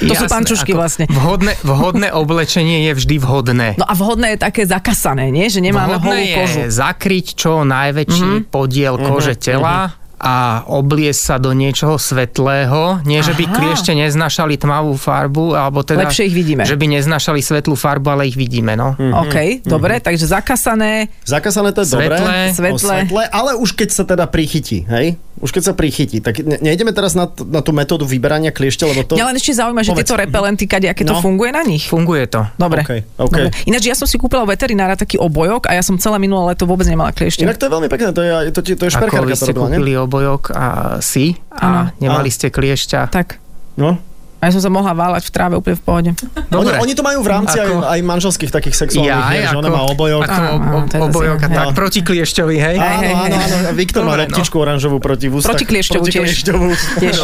Speaker 4: To sú pančušky vlastne.
Speaker 2: Vhodné, vhodné oblečenie je vždy vhodné.
Speaker 4: no a vhodné je také zakasané, nie? Že nemáme holú
Speaker 2: Vhodné je
Speaker 4: kožu. Mhm.
Speaker 2: zakryť čo najväčší podiel kože tela a obliesť sa do niečoho svetlého. Nie, že by
Speaker 4: Aha.
Speaker 2: kliešte neznašali tmavú farbu, alebo teda...
Speaker 4: Lepšie ich vidíme. Mhm.
Speaker 2: Že by neznašali svetlú farbu, ale ich vidíme, no.
Speaker 3: Mhm.
Speaker 4: OK, dobre, takže zakasané,
Speaker 3: Zakasané to je
Speaker 2: Svetlé.
Speaker 3: dobré.
Speaker 4: Svetlé.
Speaker 3: O svetle. Ale už keď sa teda prichytí, hej? Už keď sa prichytí, tak ne- nejdeme teraz na, t- na tú metódu vyberania kliešte, lebo to...
Speaker 4: Mňa len ešte zaujíma, že
Speaker 3: Povedz.
Speaker 4: tieto repelenty, kade, aké to
Speaker 3: No.
Speaker 4: funguje na nich.
Speaker 2: Funguje to.
Speaker 4: Dobre.
Speaker 3: OK, OK.
Speaker 4: Dobre. Ináč, ja som si kúpila u veterinára taký obojok a ja som celé minulé leto vôbec nemala kliešte.
Speaker 3: Inak to je veľmi pekné, to je, to, to, to je
Speaker 2: Ako
Speaker 3: šperkárka,
Speaker 2: vy
Speaker 3: to
Speaker 2: ste
Speaker 3: robila,
Speaker 2: kúpili
Speaker 3: ne?
Speaker 2: obojok a si a
Speaker 4: Áno.
Speaker 2: nemali ste kliešťa.
Speaker 4: Tak.
Speaker 3: No.
Speaker 4: A ja som sa mohla váľať v tráve úplne v pohode.
Speaker 3: Oni, oni to majú v rámci
Speaker 2: Ako-
Speaker 3: aj, aj manželských takých sexuálnych,
Speaker 2: Ja,
Speaker 3: hier, že ona má obojok.
Speaker 2: Ako
Speaker 4: Áno, áno, to je zase
Speaker 2: obojok a
Speaker 4: iné. No.
Speaker 2: tak. Proti kliešťovi, hej?
Speaker 4: Hej,
Speaker 3: Áno,
Speaker 4: hej,
Speaker 3: áno,
Speaker 4: hej.
Speaker 3: áno. Viktor má
Speaker 2: Dobre, no.
Speaker 3: loptičku oranžovú proti v ústach.
Speaker 4: Proti kliešťovu
Speaker 3: proti
Speaker 4: tiež.
Speaker 3: kliešťovu.
Speaker 4: Tiež.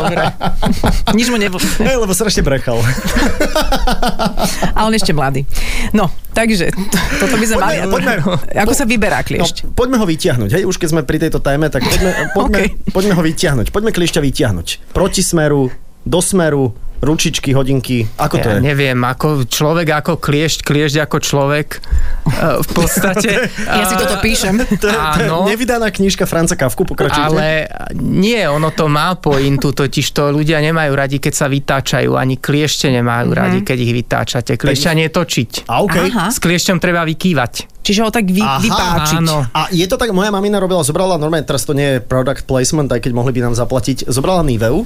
Speaker 4: Nič mu nebolo.
Speaker 3: Hej, lebo strašne brechal.
Speaker 4: A on ešte mladý. No, takže t- toto by sme mali.
Speaker 3: Poďme, poďme.
Speaker 4: Ako sa vyberá
Speaker 3: No,
Speaker 4: kliešť?
Speaker 3: poďme ho vytiahnuť, hej, už keď sme pri tejto téme, tak poďme, poďme,
Speaker 4: Okej.
Speaker 3: poďme ho vytiahnuť. Poďme kliešťa vytiahnuť. Proti smeru, do smeru, ručičky, hodinky. Ako to
Speaker 2: ja
Speaker 3: je?
Speaker 2: neviem, ako človek ako kliešť, kliešť ako človek. E, V podstate... e,
Speaker 3: No.
Speaker 4: Ja si toto píšem.
Speaker 3: To je, to je
Speaker 2: Áno.
Speaker 3: nevydaná knižka Franca Kavku, pokračujte.
Speaker 2: Ale nie, ono to má pointu, totiž to ľudia nemajú radi, keď sa vytáčajú, ani kliešte nemajú
Speaker 4: Mhm.
Speaker 2: mm-hmm. radi, keď ich vytáčate. Kliešťa netočiť.
Speaker 3: A okay.
Speaker 4: Aha.
Speaker 2: S kliešťom treba vykývať.
Speaker 4: Čiže ho tak vy,
Speaker 3: Aha,
Speaker 4: vypáčiť.
Speaker 2: áno.
Speaker 3: A je to tak, moja mamina robila, zobrala normálne, teraz to nie je product placement, aj keď mohli by nám zaplatiť, zobrala Niveu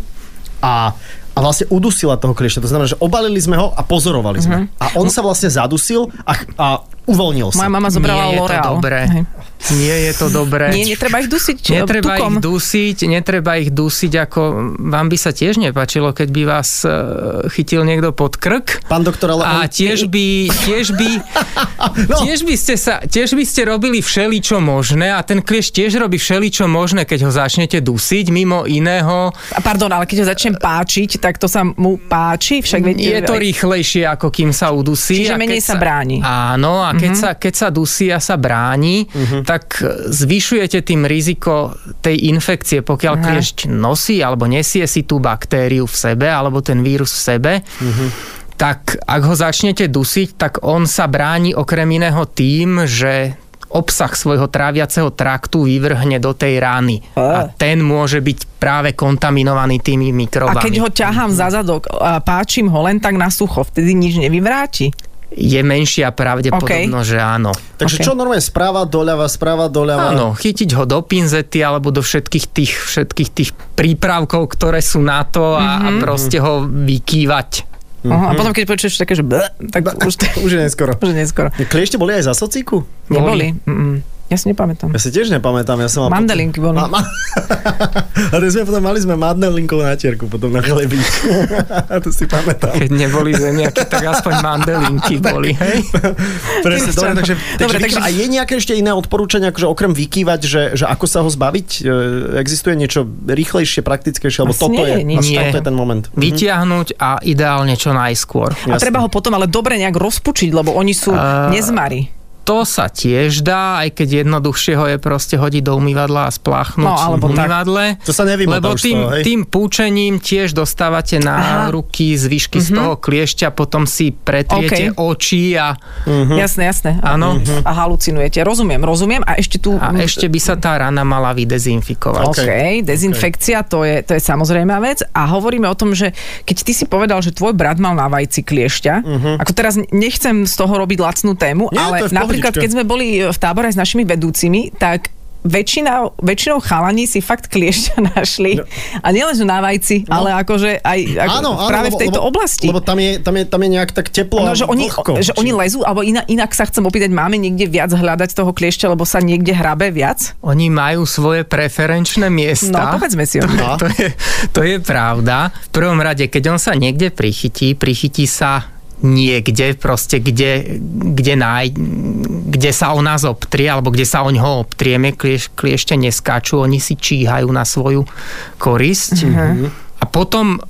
Speaker 3: a, a vlastne udusila toho kliešťa. To znamená, že obalili sme ho a pozorovali sme.
Speaker 2: Mhm.
Speaker 3: A on sa vlastne zadusil a, a uvoľnil sa.
Speaker 4: Moja mama zobrala
Speaker 2: nie je to
Speaker 4: L'Oreal.
Speaker 2: dobré.
Speaker 4: Hej.
Speaker 2: Nie je to dobré.
Speaker 4: Nie, netreba ich dusiť či-
Speaker 2: Netreba
Speaker 4: tukom.
Speaker 2: ich dusiť, netreba ich dusiť, ako vám by sa tiež nepačilo, keď by vás e, chytil niekto pod krk.
Speaker 3: Pán doktor, ale...
Speaker 2: A
Speaker 3: on-
Speaker 2: tiež by, tiež by,
Speaker 3: No.
Speaker 2: tiež by ste sa, tiež by ste robili všeličo možné a ten klieš tiež robí všeličo možné, keď ho začnete dusiť, mimo iného.
Speaker 4: A pardon, ale keď ho začnem páčiť, tak to sa mu páči, však viete.
Speaker 2: Je to
Speaker 4: aj-
Speaker 2: rýchlejšie, ako kým sa udusí. a
Speaker 4: Čiže
Speaker 2: keď
Speaker 4: menej sa bráni. Mhm.
Speaker 2: Áno, a keď, sa, keď sa dusí a sa bráni, tak e, zvyšujete tým riziko tej infekcie, pokiaľ kliešť nosí alebo nesie si tú baktériu v sebe alebo ten vírus v sebe. Tak ak ho začnete dusiť, tak on sa bráni okrem iného tým, že obsah svojho tráviaceho traktu vyvrhne do tej rány. A ten môže byť práve kontaminovaný tými
Speaker 4: A
Speaker 2: mikrobami.
Speaker 4: keď ho ťahám za zadok a páčim ho len tak na sucho, vtedy nič nevyvráti.
Speaker 2: je menšia pravdepodobnosť, okay. že áno.
Speaker 3: Takže
Speaker 4: Ok.
Speaker 3: čo normálne, správa doľava, správa doľava.
Speaker 2: Áno, chytiť ho do pinzety alebo do všetkých tých, všetkých tých prípravkov, ktoré sú na to a,
Speaker 4: Mhm.
Speaker 2: mm-hmm. a proste ho vykývať.
Speaker 4: Aha, a potom, keď počuješ také, že bleh, tak už, to,
Speaker 3: Už je neskoro.
Speaker 4: už je neskoro.
Speaker 3: Kliešte boli aj za socíku?
Speaker 4: Neboli. Mm-mm. Ja si nepamätám.
Speaker 3: Ja si tiež nepamätám, ja som mal...
Speaker 4: Mandelinky boli.
Speaker 3: A, ma... a to sme potom mali sme mandelinkovú natierku potom na chlebík. to si pamätám.
Speaker 2: Keď neboli zemiaky, tak aspoň mandelinky boli. Hej?
Speaker 3: Presne, dobre, takže,
Speaker 4: Dobre,
Speaker 3: dobre, takže...
Speaker 4: takže-
Speaker 3: A je nejaké ešte iné odporúčanie, akože okrem vykývať, že, že ako sa ho zbaviť? E, Existuje niečo rýchlejšie, praktickejšie? Alebo
Speaker 4: Asi
Speaker 3: toto
Speaker 4: nie
Speaker 3: je,
Speaker 4: je nič.
Speaker 3: asi
Speaker 2: Nie.
Speaker 3: toto je ten moment.
Speaker 4: Mhm.
Speaker 2: Vytiahnuť a ideálne čo najskôr.
Speaker 4: A treba ho potom ale dobre nejak rozpučiť, lebo oni sú
Speaker 2: A-
Speaker 4: nezmary.
Speaker 2: To to sa tiež dá, aj keď jednoduchšie ho je proste hodiť do umývadla a spláchnuť
Speaker 4: No, alebo
Speaker 2: v
Speaker 4: tak.
Speaker 2: umývadle.
Speaker 3: To sa nevymotá
Speaker 2: Lebo
Speaker 3: už z
Speaker 2: tým,
Speaker 3: toho, hej?
Speaker 2: tým púčením tiež dostávate na
Speaker 4: Aha. Mhm.
Speaker 2: ruky zvyšky z toho kliešťa, potom si pretriete
Speaker 4: Okej.
Speaker 2: oči a,
Speaker 4: Jasné, jasné.
Speaker 2: Áno.
Speaker 4: A- A halucinujete. Rozumiem, rozumiem. A ešte tu...
Speaker 2: a ešte by sa tá rana mala vydezinfikovať.
Speaker 4: OK, okay dezinfekcia, To, je, to je samozrejme vec. A hovoríme o tom, že keď ty si povedal, že tvoj brat mal na vajci kliešťa, ako teraz nechcem z toho robiť lacnú tému,
Speaker 3: Mhm. Nie,
Speaker 4: ale
Speaker 3: to je v
Speaker 4: napríklad,
Speaker 3: pohodičke.
Speaker 4: keď sme boli e, v tábore s našimi vedúcimi, tak väčšina, väčšinou chalani si fakt kliešťa
Speaker 3: No.
Speaker 4: našli. A nielen, že na vajci, ale akože aj ako práve v tejto oblasti.
Speaker 3: Lebo tam je, tam, je, tam je nejak tak teplo
Speaker 4: No,
Speaker 3: a
Speaker 4: že oni,
Speaker 3: vlhko.
Speaker 4: že oni
Speaker 3: Či-
Speaker 4: lezú, alebo inak, inak sa chcem opýtať, máme niekde viac hľadať toho kliešťa, lebo sa niekde hrabe viac?
Speaker 2: Oni majú svoje preferenčné
Speaker 4: No,
Speaker 2: miesta.
Speaker 4: povedzme si o tom.
Speaker 3: No.
Speaker 2: to, je, to je pravda. V prvom rade, keď on sa niekde prichytí, prichytí sa niekde, proste kde, kde, náj, kde sa o nás obtrie, alebo kde sa o ňoho obtrieme, klieš, kliešte neskáču, oni si číhajú na svoju korisť.
Speaker 4: Mhm.
Speaker 2: A potom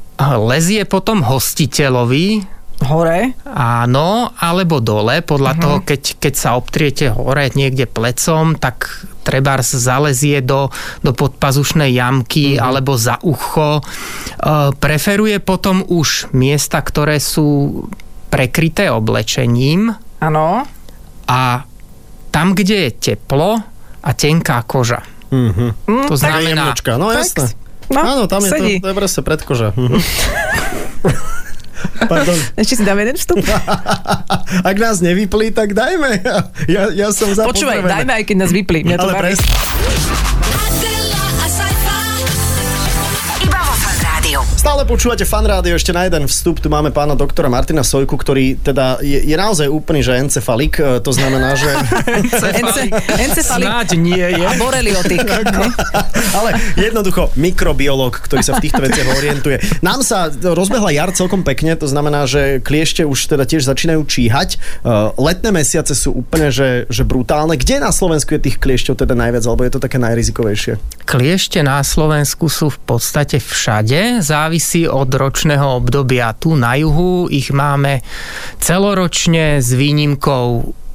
Speaker 2: lezie potom hostiteľovi,
Speaker 4: Hore?
Speaker 2: Áno, alebo dole, podľa uh-huh. toho, keď, keď sa obtriete hore niekde plecom, tak trebárs zalezie do, do podpazušnej jamky uh-huh. alebo za ucho. E, preferuje potom už miesta, ktoré sú prekryté oblečením
Speaker 4: Áno.
Speaker 2: a tam, kde je teplo a tenká koža.
Speaker 3: Mhm.
Speaker 2: To
Speaker 3: Taká
Speaker 2: znamená,
Speaker 3: jemnočka, No jasné.
Speaker 4: No,
Speaker 3: Áno, tam je to,
Speaker 4: sedí.
Speaker 3: to je presne predkoža. Mhm. Pardon.
Speaker 4: Ešte si dáme jeden vstup?
Speaker 3: Ak nás nevyplí, tak dajme. Ja, ja som za
Speaker 4: Počúvaj,
Speaker 3: pozdravenie.
Speaker 4: dajme aj keď nás vyplí. Mňa to
Speaker 3: Ale
Speaker 4: baví.
Speaker 3: pres,
Speaker 5: Adela, a
Speaker 1: Iba vo Fan Rádiu.
Speaker 3: stále počúvate fan rádio, ešte na jeden vstup. Tu máme pána doktora Martina Sojku, ktorý teda je, je naozaj úplný, že encefalik. e, To znamená, že...
Speaker 4: Ence- Encefalit
Speaker 2: snáď nie je.
Speaker 4: a boreliotik.
Speaker 3: Ale jednoducho, mikrobiológ, ktorý sa v týchto veciach orientuje. Nám sa rozbehla jar celkom pekne, to znamená, že kliešte už teda tiež začínajú číhať. Uh, Letné mesiace sú úplne, že, že brutálne. Kde na Slovensku je tých kliešťov teda najviac, alebo je to také najrizikovejšie?
Speaker 2: Kliešte na Slovensku sú v podstate všade, závisí od ročného obdobia. Tu na juhu ich máme celoročne s výnimkou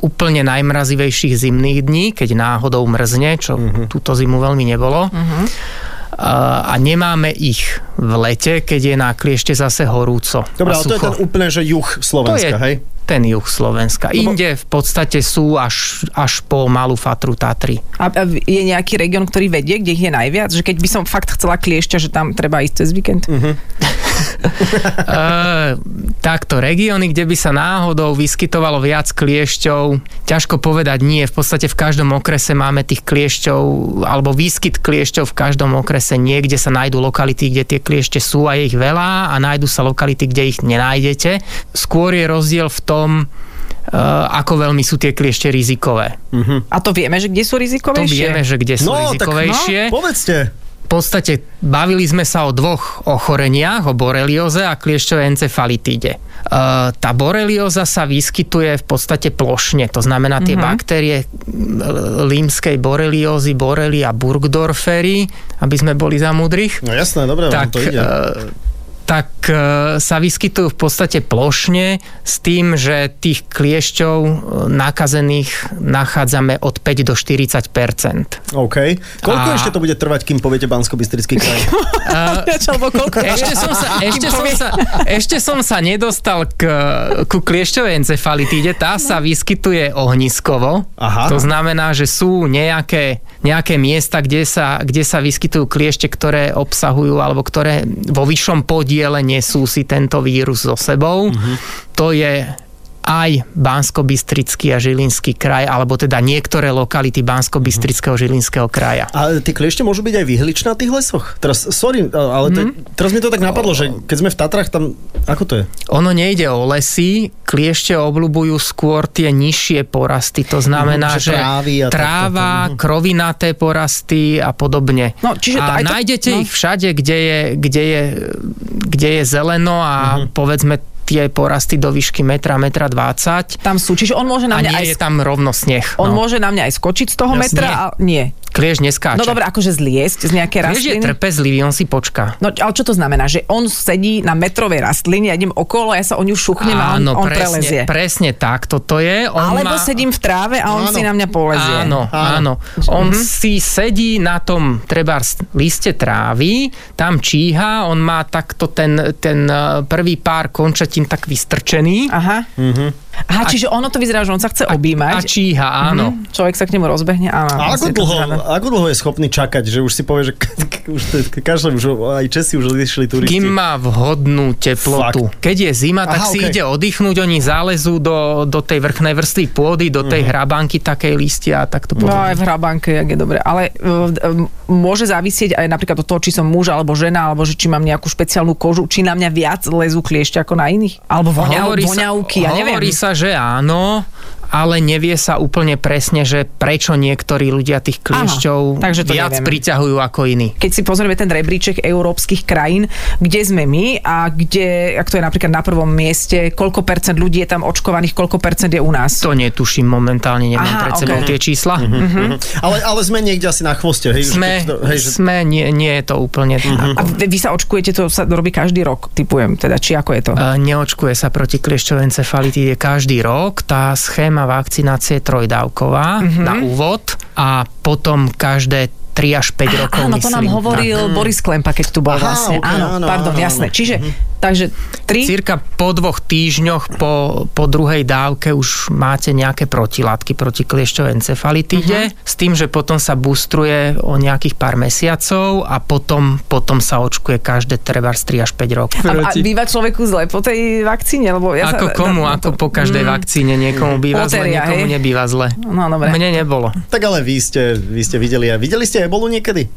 Speaker 2: úplne najmrazivejších zimných dní, keď náhodou mrzne, čo
Speaker 3: Mhm.
Speaker 2: uh-huh. túto zimu veľmi nebolo. Uh-huh. A nemáme ich v lete, keď je na kliešte zase horúco.
Speaker 3: Dobre,
Speaker 2: a
Speaker 3: ale to je
Speaker 2: sucho.
Speaker 3: ten úplne, že juh
Speaker 2: To je
Speaker 3: Slovenska, hej? No
Speaker 2: ten juh Slovenska. Inde v podstate sú až, až po malú Fatru Tatry.
Speaker 4: A, a je nejaký región, ktorý vedie, kde ich je najviac? Že keď by som fakt chcela kliešťa, že tam treba ísť cez víkend?
Speaker 2: Mhm. Eh, takto, regióny, kde by sa náhodou vyskytovalo viac kliešťov, ťažko povedať nie. V podstate v každom okrese máme tých kliešťov, alebo výskyt kliešťov v každom okrese. Niekde sa nájdú lokality, kde tie kliešte sú a je ich veľa a nájdú sa lokality, kde ich nenájdete. Skôr je rozdiel v tom, eh, ako veľmi sú tie kliešte rizikové.
Speaker 4: A to vieme, že kde sú
Speaker 2: To
Speaker 4: rizikovejšie?
Speaker 2: vieme, že kde sú rizikovejšie.
Speaker 3: tak no, povedzte.
Speaker 2: V podstate bavili sme sa o dvoch ochoreniach, o borelioze a kliešťovej encefalitíde. E, tá borelioza sa vyskytuje v podstate plošne, to znamená tie mm-hmm. baktérie mm, límskej boreliozy, borelia, burgdorferi, aby sme boli za múdrych
Speaker 3: No jasné, dobre, tak, vám to ide.
Speaker 2: e, tak e, sa vyskytujú v podstate plošne s tým, že tých kliešťov e, nakazených nachádzame od 5 do 40
Speaker 3: OK. Koľko
Speaker 2: a-
Speaker 3: ešte to bude trvať, kým poviete bansko bystrický kraj?
Speaker 4: Alebo koľko?
Speaker 2: Ešte som sa, ešte som sa, ešte som sa nedostal k, ku kliešťovej encefalitíde. Tá sa vyskytuje ohniskovo.
Speaker 3: Aha.
Speaker 2: To znamená, že sú nejaké, nejaké miesta, kde sa, kde sa vyskytujú kliešte, ktoré obsahujú alebo ktoré vo vyššom podiele nesú si tento vírus so sebou. To je aj bansko bystrický a Žilinský kraj, alebo teda niektoré lokality bansko bystrického Žilinského kraja.
Speaker 3: A tie kliešte môžu byť aj vyhličné na tých lesoch? Teraz, sorry, ale to, teraz mi to tak napadlo, že keď sme v Tatrach, tam, ako to je?
Speaker 2: Ono nejde o lesy, kliešte obľúbujú skôr tie nižšie porasty, to znamená,
Speaker 3: Mhm,
Speaker 4: No,
Speaker 3: že
Speaker 2: že,
Speaker 3: trávy a takto,
Speaker 2: tráva, krovinaté porasty a podobne.
Speaker 4: No, čiže to
Speaker 2: a
Speaker 4: aj to-
Speaker 2: nájdete
Speaker 4: no.
Speaker 2: ich všade, kde je, kde je, kde je zeleno a
Speaker 4: Mhm.
Speaker 2: povedzme tie porasty do výšky metra, metra 20
Speaker 4: Tam sú. Čiže on môže
Speaker 2: a
Speaker 4: na mňa aj...
Speaker 2: nie je tam rovno sneh.
Speaker 4: On
Speaker 2: no.
Speaker 4: môže na mňa aj skočiť z toho
Speaker 2: Jasne.
Speaker 4: metra? A nie.
Speaker 2: Kliež neskáče.
Speaker 4: No dobre, akože zliesť z nejaké
Speaker 2: Kliež je
Speaker 4: rastliny.
Speaker 2: trpezlivý, on si počká.
Speaker 4: No ale čo to znamená? Že on sedí na metrovej rastline, ja idem okolo, ja sa o ňu šuchnem a on,
Speaker 2: Áno,
Speaker 4: on prelezie.
Speaker 2: presne, presne tak, toto je. On
Speaker 4: Alebo
Speaker 2: má...
Speaker 4: sedím v tráve a on
Speaker 3: Áno.
Speaker 4: si na mňa polezie.
Speaker 2: Áno, áno. On si sedí na tom treba liste trávy, tam číha, on má takto ten, ten eh, prvý pár končatín tak vystrčený.
Speaker 4: Aha. Aha, čiže ono to vyzerá, že on sa chce
Speaker 2: A
Speaker 4: objímať.
Speaker 2: číha, áno.
Speaker 4: Mhm. Človek sa k nemu rozbehne.
Speaker 3: A
Speaker 4: Áno,
Speaker 3: ako
Speaker 4: vlastne to
Speaker 3: dlho,
Speaker 4: zdravé.
Speaker 3: ako dlho je schopný čakať, že už si povie, že k- k- už to, k- kašlem, už aj Česi už odišli turisti.
Speaker 2: Kým má vhodnú teplotu. Fakt. Keď je zima, tak
Speaker 3: Aha,
Speaker 2: Aha, si
Speaker 3: okej.
Speaker 2: okay. ide oddychnúť, oni zalezú do, do tej vrchnej vrstvy pôdy, do tej hrabanky takej listia a takto
Speaker 4: No
Speaker 2: podobne.
Speaker 4: aj v hrabanke, jak je dobre. Ale uh, um, môže závisieť aj napríklad od toho, či som muž alebo žena, alebo že či mám nejakú špeciálnu kožu, či na mňa viac lezú kliešte ako na iných. Alebo voňav, voňavky, ja neviem.
Speaker 2: hovorí sa, že áno, ale nevie sa úplne presne, že prečo niektorí ľudia tých kliešťov
Speaker 4: Aha, takže to
Speaker 2: viac
Speaker 4: nevieme.
Speaker 2: priťahujú ako iní.
Speaker 4: keď si pozrieme ten rebríček európskych krajín, kde sme my a kde, ak to je napríklad na prvom mieste, koľko percent ľudí je tam očkovaných, koľko percent je u nás.
Speaker 2: To netuším momentálne, nemám
Speaker 4: Aha,
Speaker 2: Aha, pred sebou
Speaker 4: okej.
Speaker 2: tie čísla.
Speaker 3: Mhm. Ale, ale sme niekde asi na chvoste. Hej, že-
Speaker 2: Sme,
Speaker 3: hej, že, Mhm.
Speaker 2: sme nie, nie je to úplne tak.
Speaker 4: A vy vy sa očkujete, to sa robí každý rok, typujem, teda, či ako je to.
Speaker 2: E, Neočkuje sa proti kliešťovej encefalitíde každý rok. Tá schéma vakcinácie je trojdávková
Speaker 4: Mhm.
Speaker 2: na úvod a potom každé 3 až 5 rokov,
Speaker 4: Áno, to nám
Speaker 2: myslím.
Speaker 4: hovoril Boris Klempa, keď tu bol
Speaker 3: Aha,
Speaker 4: vlastne.
Speaker 3: ok,
Speaker 4: áno,
Speaker 3: áno,
Speaker 4: pardon,
Speaker 3: áno, áno.
Speaker 4: jasné.
Speaker 2: Mhm.
Speaker 4: Čiže, takže tri.
Speaker 2: Cirka po dvoch týždňoch po, po druhej dávke už máte nejaké protilátky proti kliešťovej
Speaker 4: Mhm.
Speaker 2: encefalitíde, uh-huh. s tým, že potom sa bustruje o nejakých pár mesiacov a potom, potom sa očkuje každé treba 3 až 5 rokov.
Speaker 4: A, a býva človeku zle po tej vakcíne, lebo ja
Speaker 2: ako
Speaker 4: sa, no,
Speaker 2: komu,
Speaker 4: na- na
Speaker 2: ako
Speaker 4: to-
Speaker 2: po každej mm. vakcíne niekomu býva zle,
Speaker 4: Lotéria,
Speaker 2: niekomu
Speaker 4: hej?
Speaker 2: nebýva zle.
Speaker 4: No, dobre.
Speaker 2: Mne nebolo.
Speaker 3: tak ale vy ste, vy ste videli, a videli ste ebolu niekedy?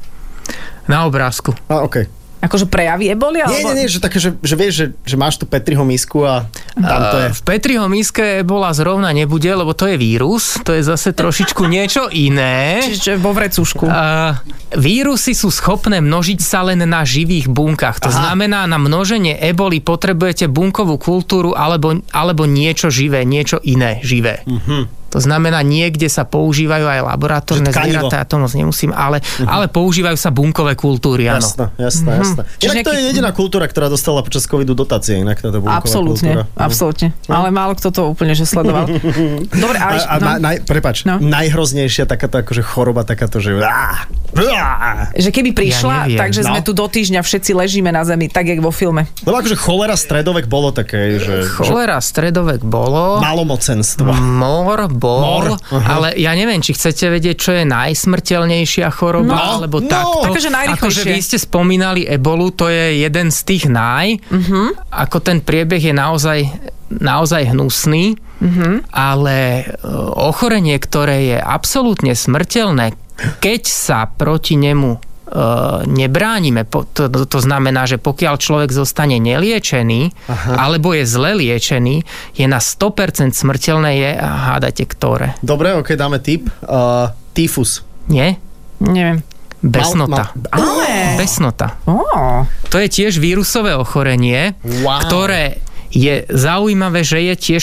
Speaker 2: Na obrázku.
Speaker 3: A okej.
Speaker 4: Akože prejavy eboli?
Speaker 3: Nie,
Speaker 4: alebo...
Speaker 3: nie, nie, že také, že, že vieš, že, že máš tu Petriho misku a tam to je.
Speaker 2: Eh, V Petriho miske bola zrovna nebude, lebo to je vírus, to je zase trošičku niečo iné.
Speaker 4: Čiže vo vrecušku.
Speaker 2: Uh, vírusy sú schopné množiť sa len na živých bunkách. To Aha. znamená, na množenie eboli potrebujete bunkovú kultúru alebo, alebo niečo živé, niečo iné živé. Uh-huh. To znamená, niekde sa používajú aj laboratórne
Speaker 3: Mhm. Že tkanivo. Mhm.
Speaker 2: zvieratá, ja to moc nemusím, ale, uh-huh. ale používajú sa bunkové kultúry, áno.
Speaker 3: Jasné, jasné, jasné.
Speaker 4: Čiže
Speaker 3: Inak to je
Speaker 4: nejaký-
Speaker 3: jediná kultúra, ktorá dostala počas covidu dotácie, inak táto bunková kultúra. Mhm.
Speaker 4: Absolútne, absolútne. Ale málo kto to úplne že sledoval. Dobre,
Speaker 3: A,
Speaker 4: ale...
Speaker 3: a
Speaker 4: no,
Speaker 3: na, naj, prepáč,
Speaker 4: No.
Speaker 3: no. najhroznejšia takáto akože choroba, takáto, že... Á, á.
Speaker 4: že keby prišla,
Speaker 2: neviem,
Speaker 4: takže
Speaker 2: no.
Speaker 4: sme tu do týždňa všetci ležíme na zemi, tak jak vo filme.
Speaker 3: Lebo akože cholera stredovek bolo také, že... že
Speaker 2: Cholera, stredovek bolo.
Speaker 3: malomocenstvo.
Speaker 4: Mm.
Speaker 2: Mor, bol, Mor
Speaker 3: Mor,
Speaker 2: uh-huh. ale ja neviem, či chcete vedieť, čo je najsmrteľnejšia choroba,
Speaker 3: No,
Speaker 2: alebo
Speaker 3: no.
Speaker 2: takto.
Speaker 4: Akože najrychlejšie.
Speaker 2: Akože vy ste spomínali ebolu, to je jeden z tých naj. Uh-huh. Ako ten priebeh je naozaj, naozaj hnusný, uh-huh. ale e, ochorenie, ktoré je absolútne smrteľné, keď sa proti nemu e, nebránime. Po- To, to, to znamená, že pokiaľ človek zostane neliečený Aha. alebo je zle liečený, je na 100% smrteľné je a hádate ktoré.
Speaker 3: Dobre, ok, dáme tip. Uh, tyfus.
Speaker 2: Nie?
Speaker 4: Neviem.
Speaker 2: Besnota.
Speaker 4: Ale...
Speaker 2: Besnota.
Speaker 4: Ó,
Speaker 2: To je tiež vírusové ochorenie,
Speaker 3: Wow.
Speaker 2: ktoré je zaujímavé, že je tiež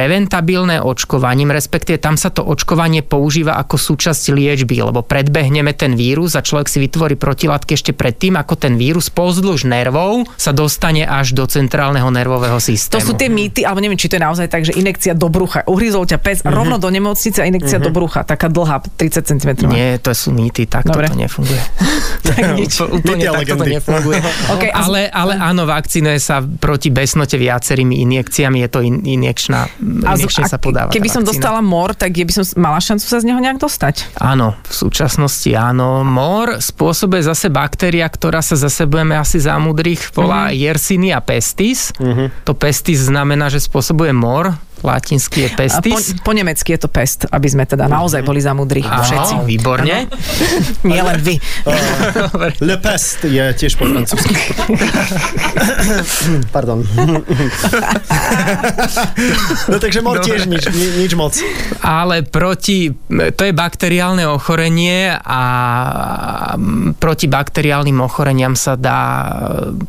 Speaker 2: preventabilné očkovaním, respektíve tam sa to očkovanie používa ako súčasť liečby, lebo predbehneme ten vírus a človek si vytvorí protilátky ešte predtým, ako ten vírus pozdĺž nervov sa dostane až do centrálneho nervového
Speaker 4: to
Speaker 2: systému.
Speaker 4: sú tie mýty, alebo neviem, či to je naozaj tak, že inekcia do brucha. Uhryzol ťa pes
Speaker 2: Mhm.
Speaker 4: a rovno do nemocnice a inekcia do brucha. Taká dlhá, 30 cm.
Speaker 2: Nie, to sú mýty, takto
Speaker 4: Dobre.
Speaker 2: to nefunguje.
Speaker 4: Tak nič.
Speaker 2: Úpl- úplne
Speaker 3: Mýty a
Speaker 2: No, takto to
Speaker 3: legendy.
Speaker 2: nefunguje.
Speaker 4: Okay, a-
Speaker 2: ale, ale áno, vakcinuje sa proti besnote viacerými injekciami, je to in, injekčná,
Speaker 4: A z-
Speaker 2: injekčne
Speaker 4: a
Speaker 2: sa podáva. tá
Speaker 4: keby som
Speaker 2: vakcína.
Speaker 4: dostala mor, tak je by som s- mala šancu sa z neho nejak dostať.
Speaker 2: Áno, v súčasnosti áno. Mor spôsobuje zase baktéria, ktorá sa zase budeme asi za mudrých
Speaker 4: Mhm.
Speaker 2: volá mm-hmm. Yersinia pestis. Mm-hmm. To pestis znamená, že spôsobuje mor. Latinsky je
Speaker 4: A Po,
Speaker 2: pestis.
Speaker 4: po nemecky je to pest, aby sme teda naozaj boli za mudrých.
Speaker 2: Áno,
Speaker 4: Všetci.
Speaker 2: výborne.
Speaker 4: Nie len vy.
Speaker 3: Le pest je tiež po francúzsky. Pardon. no takže mor tiež nič, ni- nič moc.
Speaker 2: ale proti, to je bakteriálne ochorenie a proti bakteriálnym ochoreniam sa dá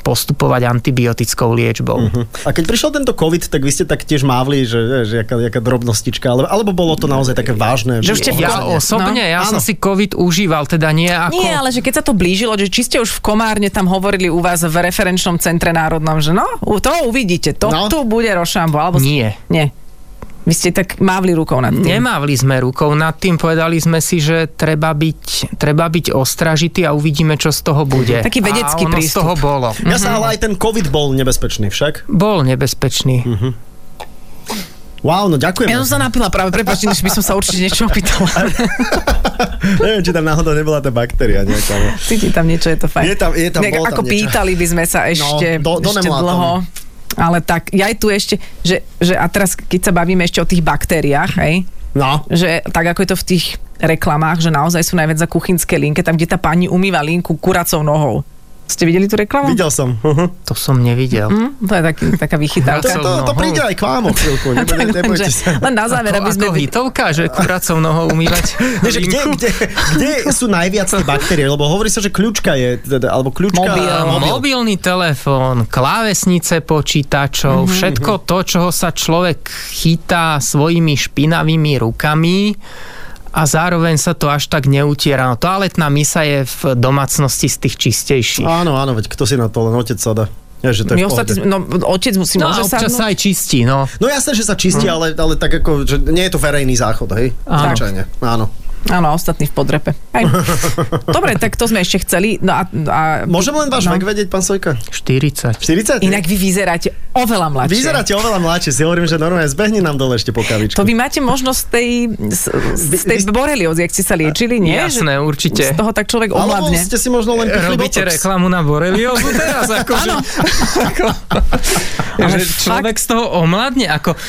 Speaker 2: postupovať antibiotickou liečbou. Uh-huh.
Speaker 3: Mhm. A keď prišiel tento COVID, tak vy ste tak tiež mávli, že vieš, jaká, jaká drobnostička, ale, alebo bolo to naozaj také vážne.
Speaker 2: Že už ste v
Speaker 4: Ja
Speaker 2: ja osobne,
Speaker 4: no.
Speaker 2: ja som
Speaker 3: Áno.
Speaker 2: si COVID užíval, teda nie ako...
Speaker 4: Nie, ale že keď sa to blížilo, že či ste už v Komárne tam hovorili u vás v referenčnom centre národnom, že no, u- to uvidíte, to
Speaker 3: No.
Speaker 4: no. tu bude Rošambo. Alebo
Speaker 2: Nie.
Speaker 4: Nie. Vy ste tak mávli rukou nad tým.
Speaker 2: Nemávli sme rukou nad tým, povedali sme si, že treba byť, treba byť ostražitý a uvidíme, čo z toho bude.
Speaker 4: Taký
Speaker 2: a
Speaker 4: vedecký
Speaker 2: ono z
Speaker 4: prístup.
Speaker 2: toho bolo.
Speaker 3: Ja
Speaker 4: Mhm.
Speaker 3: sa, ale aj ten COVID bol nebezpečný však.
Speaker 2: Bol nebezpečný.
Speaker 3: Wow, no ďakujem.
Speaker 4: Ja som sa napila práve, prepáčte, než by som sa určite niečo opýtala.
Speaker 3: Neviem, či tam náhodou nebola tá baktéria nejaká. no. ale-
Speaker 4: Cíti tam niečo, je to fajn.
Speaker 3: Je tam- je tam,
Speaker 4: Nejak
Speaker 3: bolo tam
Speaker 4: ako
Speaker 3: niečo.
Speaker 4: pýtali by sme sa ešte,
Speaker 3: No, do- do
Speaker 4: ešte
Speaker 3: nemlátom.
Speaker 4: dlho. Ale tak, ja aj tu ešte, že, že a teraz, keď sa bavíme ešte o tých baktériách, hej,
Speaker 3: No.
Speaker 4: že tak ako je to v tých reklamách, že naozaj sú najviac za kuchynské linke, tam, kde tá pani umýva linku kuracou nohou. Ste videli tú reklamu?
Speaker 3: Videl som. Uh-huh.
Speaker 2: To som nevidel.
Speaker 4: Hm? To je taký, taká
Speaker 3: To,
Speaker 4: vychytávka.
Speaker 2: Kuracou
Speaker 3: to, to
Speaker 2: nohou.
Speaker 3: príde aj k vám o chvíľku, nebojte,
Speaker 4: Tak len,
Speaker 3: nebojte
Speaker 4: že-
Speaker 3: sa.
Speaker 4: len na záver,
Speaker 2: Ako,
Speaker 4: aby sme...
Speaker 2: ako hitovka, že kuracou nohou umývať
Speaker 3: Nie, že kde,
Speaker 2: linku?
Speaker 3: kde, kde sú najviac tie baktérie? Lebo hovorí sa, že kľúčka je, teda, alebo kľúčka...
Speaker 2: Mobil,
Speaker 3: mobil.
Speaker 2: mobilný telefón, klávesnice
Speaker 4: Mhm.
Speaker 2: počítačov, mm-hmm. všetko to, čoho sa človek chytá svojimi špinavými rukami a zároveň sa to až tak neutiera. No, toaletná misa je v domácnosti z tých čistejších.
Speaker 4: No,
Speaker 3: Áno, áno, veď kto si na to len otec sada. Ja, že to je v
Speaker 4: My
Speaker 3: pohode.
Speaker 4: ostatní, no, otec musí
Speaker 2: No a
Speaker 4: môže
Speaker 2: občas
Speaker 4: sadnúť?
Speaker 2: sa aj čistí, no.
Speaker 3: No jasné, že sa čistí,
Speaker 4: Mhm.
Speaker 3: ale, ale tak ako, že nie je to verejný záchod, hej?
Speaker 2: Áno.
Speaker 3: Zvyčajne. Áno.
Speaker 4: Áno, a ostatní v podrepe. Aj. Dobre, tak to sme ešte chceli. No a, a
Speaker 3: Môžem len váš no.
Speaker 4: No.
Speaker 3: vek vedieť, pán Sojka?
Speaker 2: 40.
Speaker 3: 40?
Speaker 4: inak vy vyzeráte oveľa mladšie.
Speaker 3: Vyzeráte oveľa mladšie, si hovorím, že normálne zbehni nám dole ešte po kavičku.
Speaker 4: To vy máte možnosť z tej, z, z tej boreliozy, ak ste sa liečili, nie?
Speaker 2: Jasné,
Speaker 4: Že
Speaker 2: určite.
Speaker 4: Z toho tak človek
Speaker 3: Alebo
Speaker 4: omladne.
Speaker 3: ste si možno len Akože- pichli
Speaker 2: Robíte
Speaker 3: botox.
Speaker 2: reklamu na boreliozu teraz? Ako, že, ako,
Speaker 4: Ale
Speaker 2: že
Speaker 4: fakt-
Speaker 2: človek z toho omladne? Ako, uh,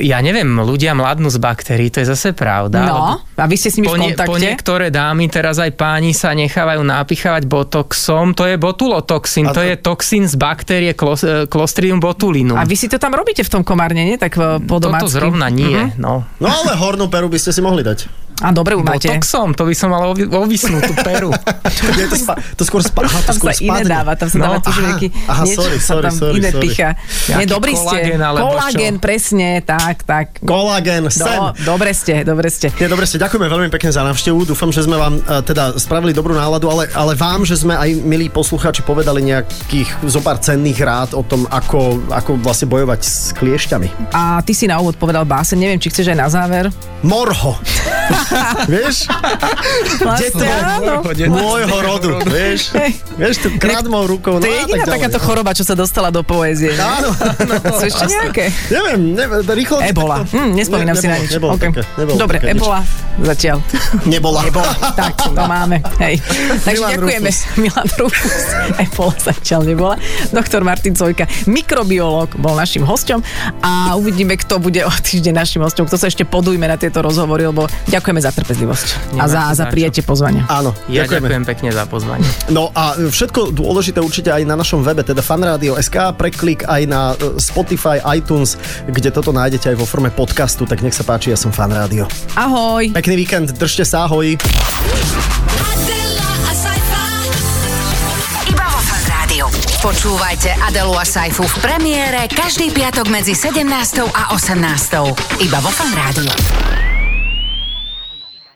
Speaker 2: ja neviem, ľudia mladnú z baktérií, to je zase pravda. lebo
Speaker 4: No, a vy ste s nimi
Speaker 2: po,
Speaker 4: v
Speaker 2: nie, po
Speaker 4: kontakte.
Speaker 2: niektoré dámy, teraz aj páni sa nechávajú napichávať botoxom. To je botulotoxin,
Speaker 3: A
Speaker 2: to,
Speaker 3: to-
Speaker 2: je toxín z baktérie klos, eh, Clostridium botulinum.
Speaker 4: A vy si to tam robíte v tom komárne, nie? Tak eh, po
Speaker 2: Toto
Speaker 4: domácky. Mhm.
Speaker 2: zrovna nie, no.
Speaker 3: No ale hornú peru by ste si mohli dať.
Speaker 4: A dobre ju máte.
Speaker 2: Botoxom, to by som mal ovi- ovisnú tú peru.
Speaker 3: Nie, to, spa, to skôr spa, aha, to
Speaker 4: Tam
Speaker 3: skôr
Speaker 4: sa iné
Speaker 3: spadne.
Speaker 4: dáva, tam sa
Speaker 2: No,
Speaker 4: dáva tiež
Speaker 3: aha,
Speaker 4: nejaký
Speaker 3: aha,
Speaker 4: niečo
Speaker 3: sorry,
Speaker 4: sa
Speaker 3: sorry,
Speaker 4: tam
Speaker 3: sorry,
Speaker 4: iné
Speaker 3: sorry.
Speaker 4: picha. Nie,
Speaker 2: Nejaký
Speaker 4: dobrý ste.
Speaker 2: kolagén alebo čo?
Speaker 4: Kolagén, presne, tak, tak. No.
Speaker 3: Kolagen, sen.
Speaker 4: Do, dobre ste, dobre ste.
Speaker 3: Nie, dobre ste, ďakujeme veľmi pekne za návštevu. Dúfam, že sme vám eh, teda spravili dobrú náladu, ale, ale vám, že sme aj milí poslucháči povedali nejakých zopár cenných rád o tom, ako, ako vlastne bojovať s kliešťami.
Speaker 4: A ty si na úvod povedal básen, neviem, či chceš aj na záver.
Speaker 3: Morho. vieš?
Speaker 4: Vlastne, áno.
Speaker 3: Môjho rodu. Vieš? Vieš, tu kradmou rukou.
Speaker 4: To
Speaker 3: no
Speaker 4: je
Speaker 3: a tak
Speaker 4: jediná
Speaker 3: ďalej.
Speaker 4: takáto choroba, čo sa dostala do poézie. nie?
Speaker 3: Áno, áno.
Speaker 4: Sú ešte nejaké?
Speaker 3: Neviem, neviem, rýchlo...
Speaker 4: Ebola. Hm, nespomínam
Speaker 3: Ne-
Speaker 4: si na
Speaker 3: nebolo-
Speaker 4: nič.
Speaker 3: nebolo
Speaker 4: Ok.
Speaker 3: také, nebolo
Speaker 4: Dobre,
Speaker 3: také nič.
Speaker 4: Ebola zatiaľ.
Speaker 3: Nebola. Nebola.
Speaker 4: Tak, to máme. Hej. Takže
Speaker 3: Milan
Speaker 4: ďakujeme.
Speaker 3: Rufus.
Speaker 4: Milan Rufus. Ebola zatiaľ nebola. Doktor Martin Cojka, mikrobiológ, bol našim hosťom a uvidíme, kto bude o týždeň našim hosťom. Kto sa ešte podujme na tieto rozhovory, lebo ďakujeme za trpezlivosť a
Speaker 2: Nemáte
Speaker 4: za, za
Speaker 2: za čo.
Speaker 4: prijatie pozvania.
Speaker 3: Áno,
Speaker 2: Ja
Speaker 3: ďakujeme.
Speaker 2: ďakujem pekne za pozvanie.
Speaker 3: No a všetko dôležité určite aj na našom webe, teda fanradio.sk, preklik aj na e, Spotify, iTunes, kde toto nájdete aj vo forme podcastu, tak nech sa páči, ja som fanrádio.
Speaker 4: Ahoj.
Speaker 3: Pekný víkend, držte sa, ahoj.
Speaker 5: Adela, a
Speaker 1: Iba vo Fan Rádiu. Počúvajte Adelu a Saifu v premiére každý piatok medzi 17. a 18. Iba vo Fan Rádiu.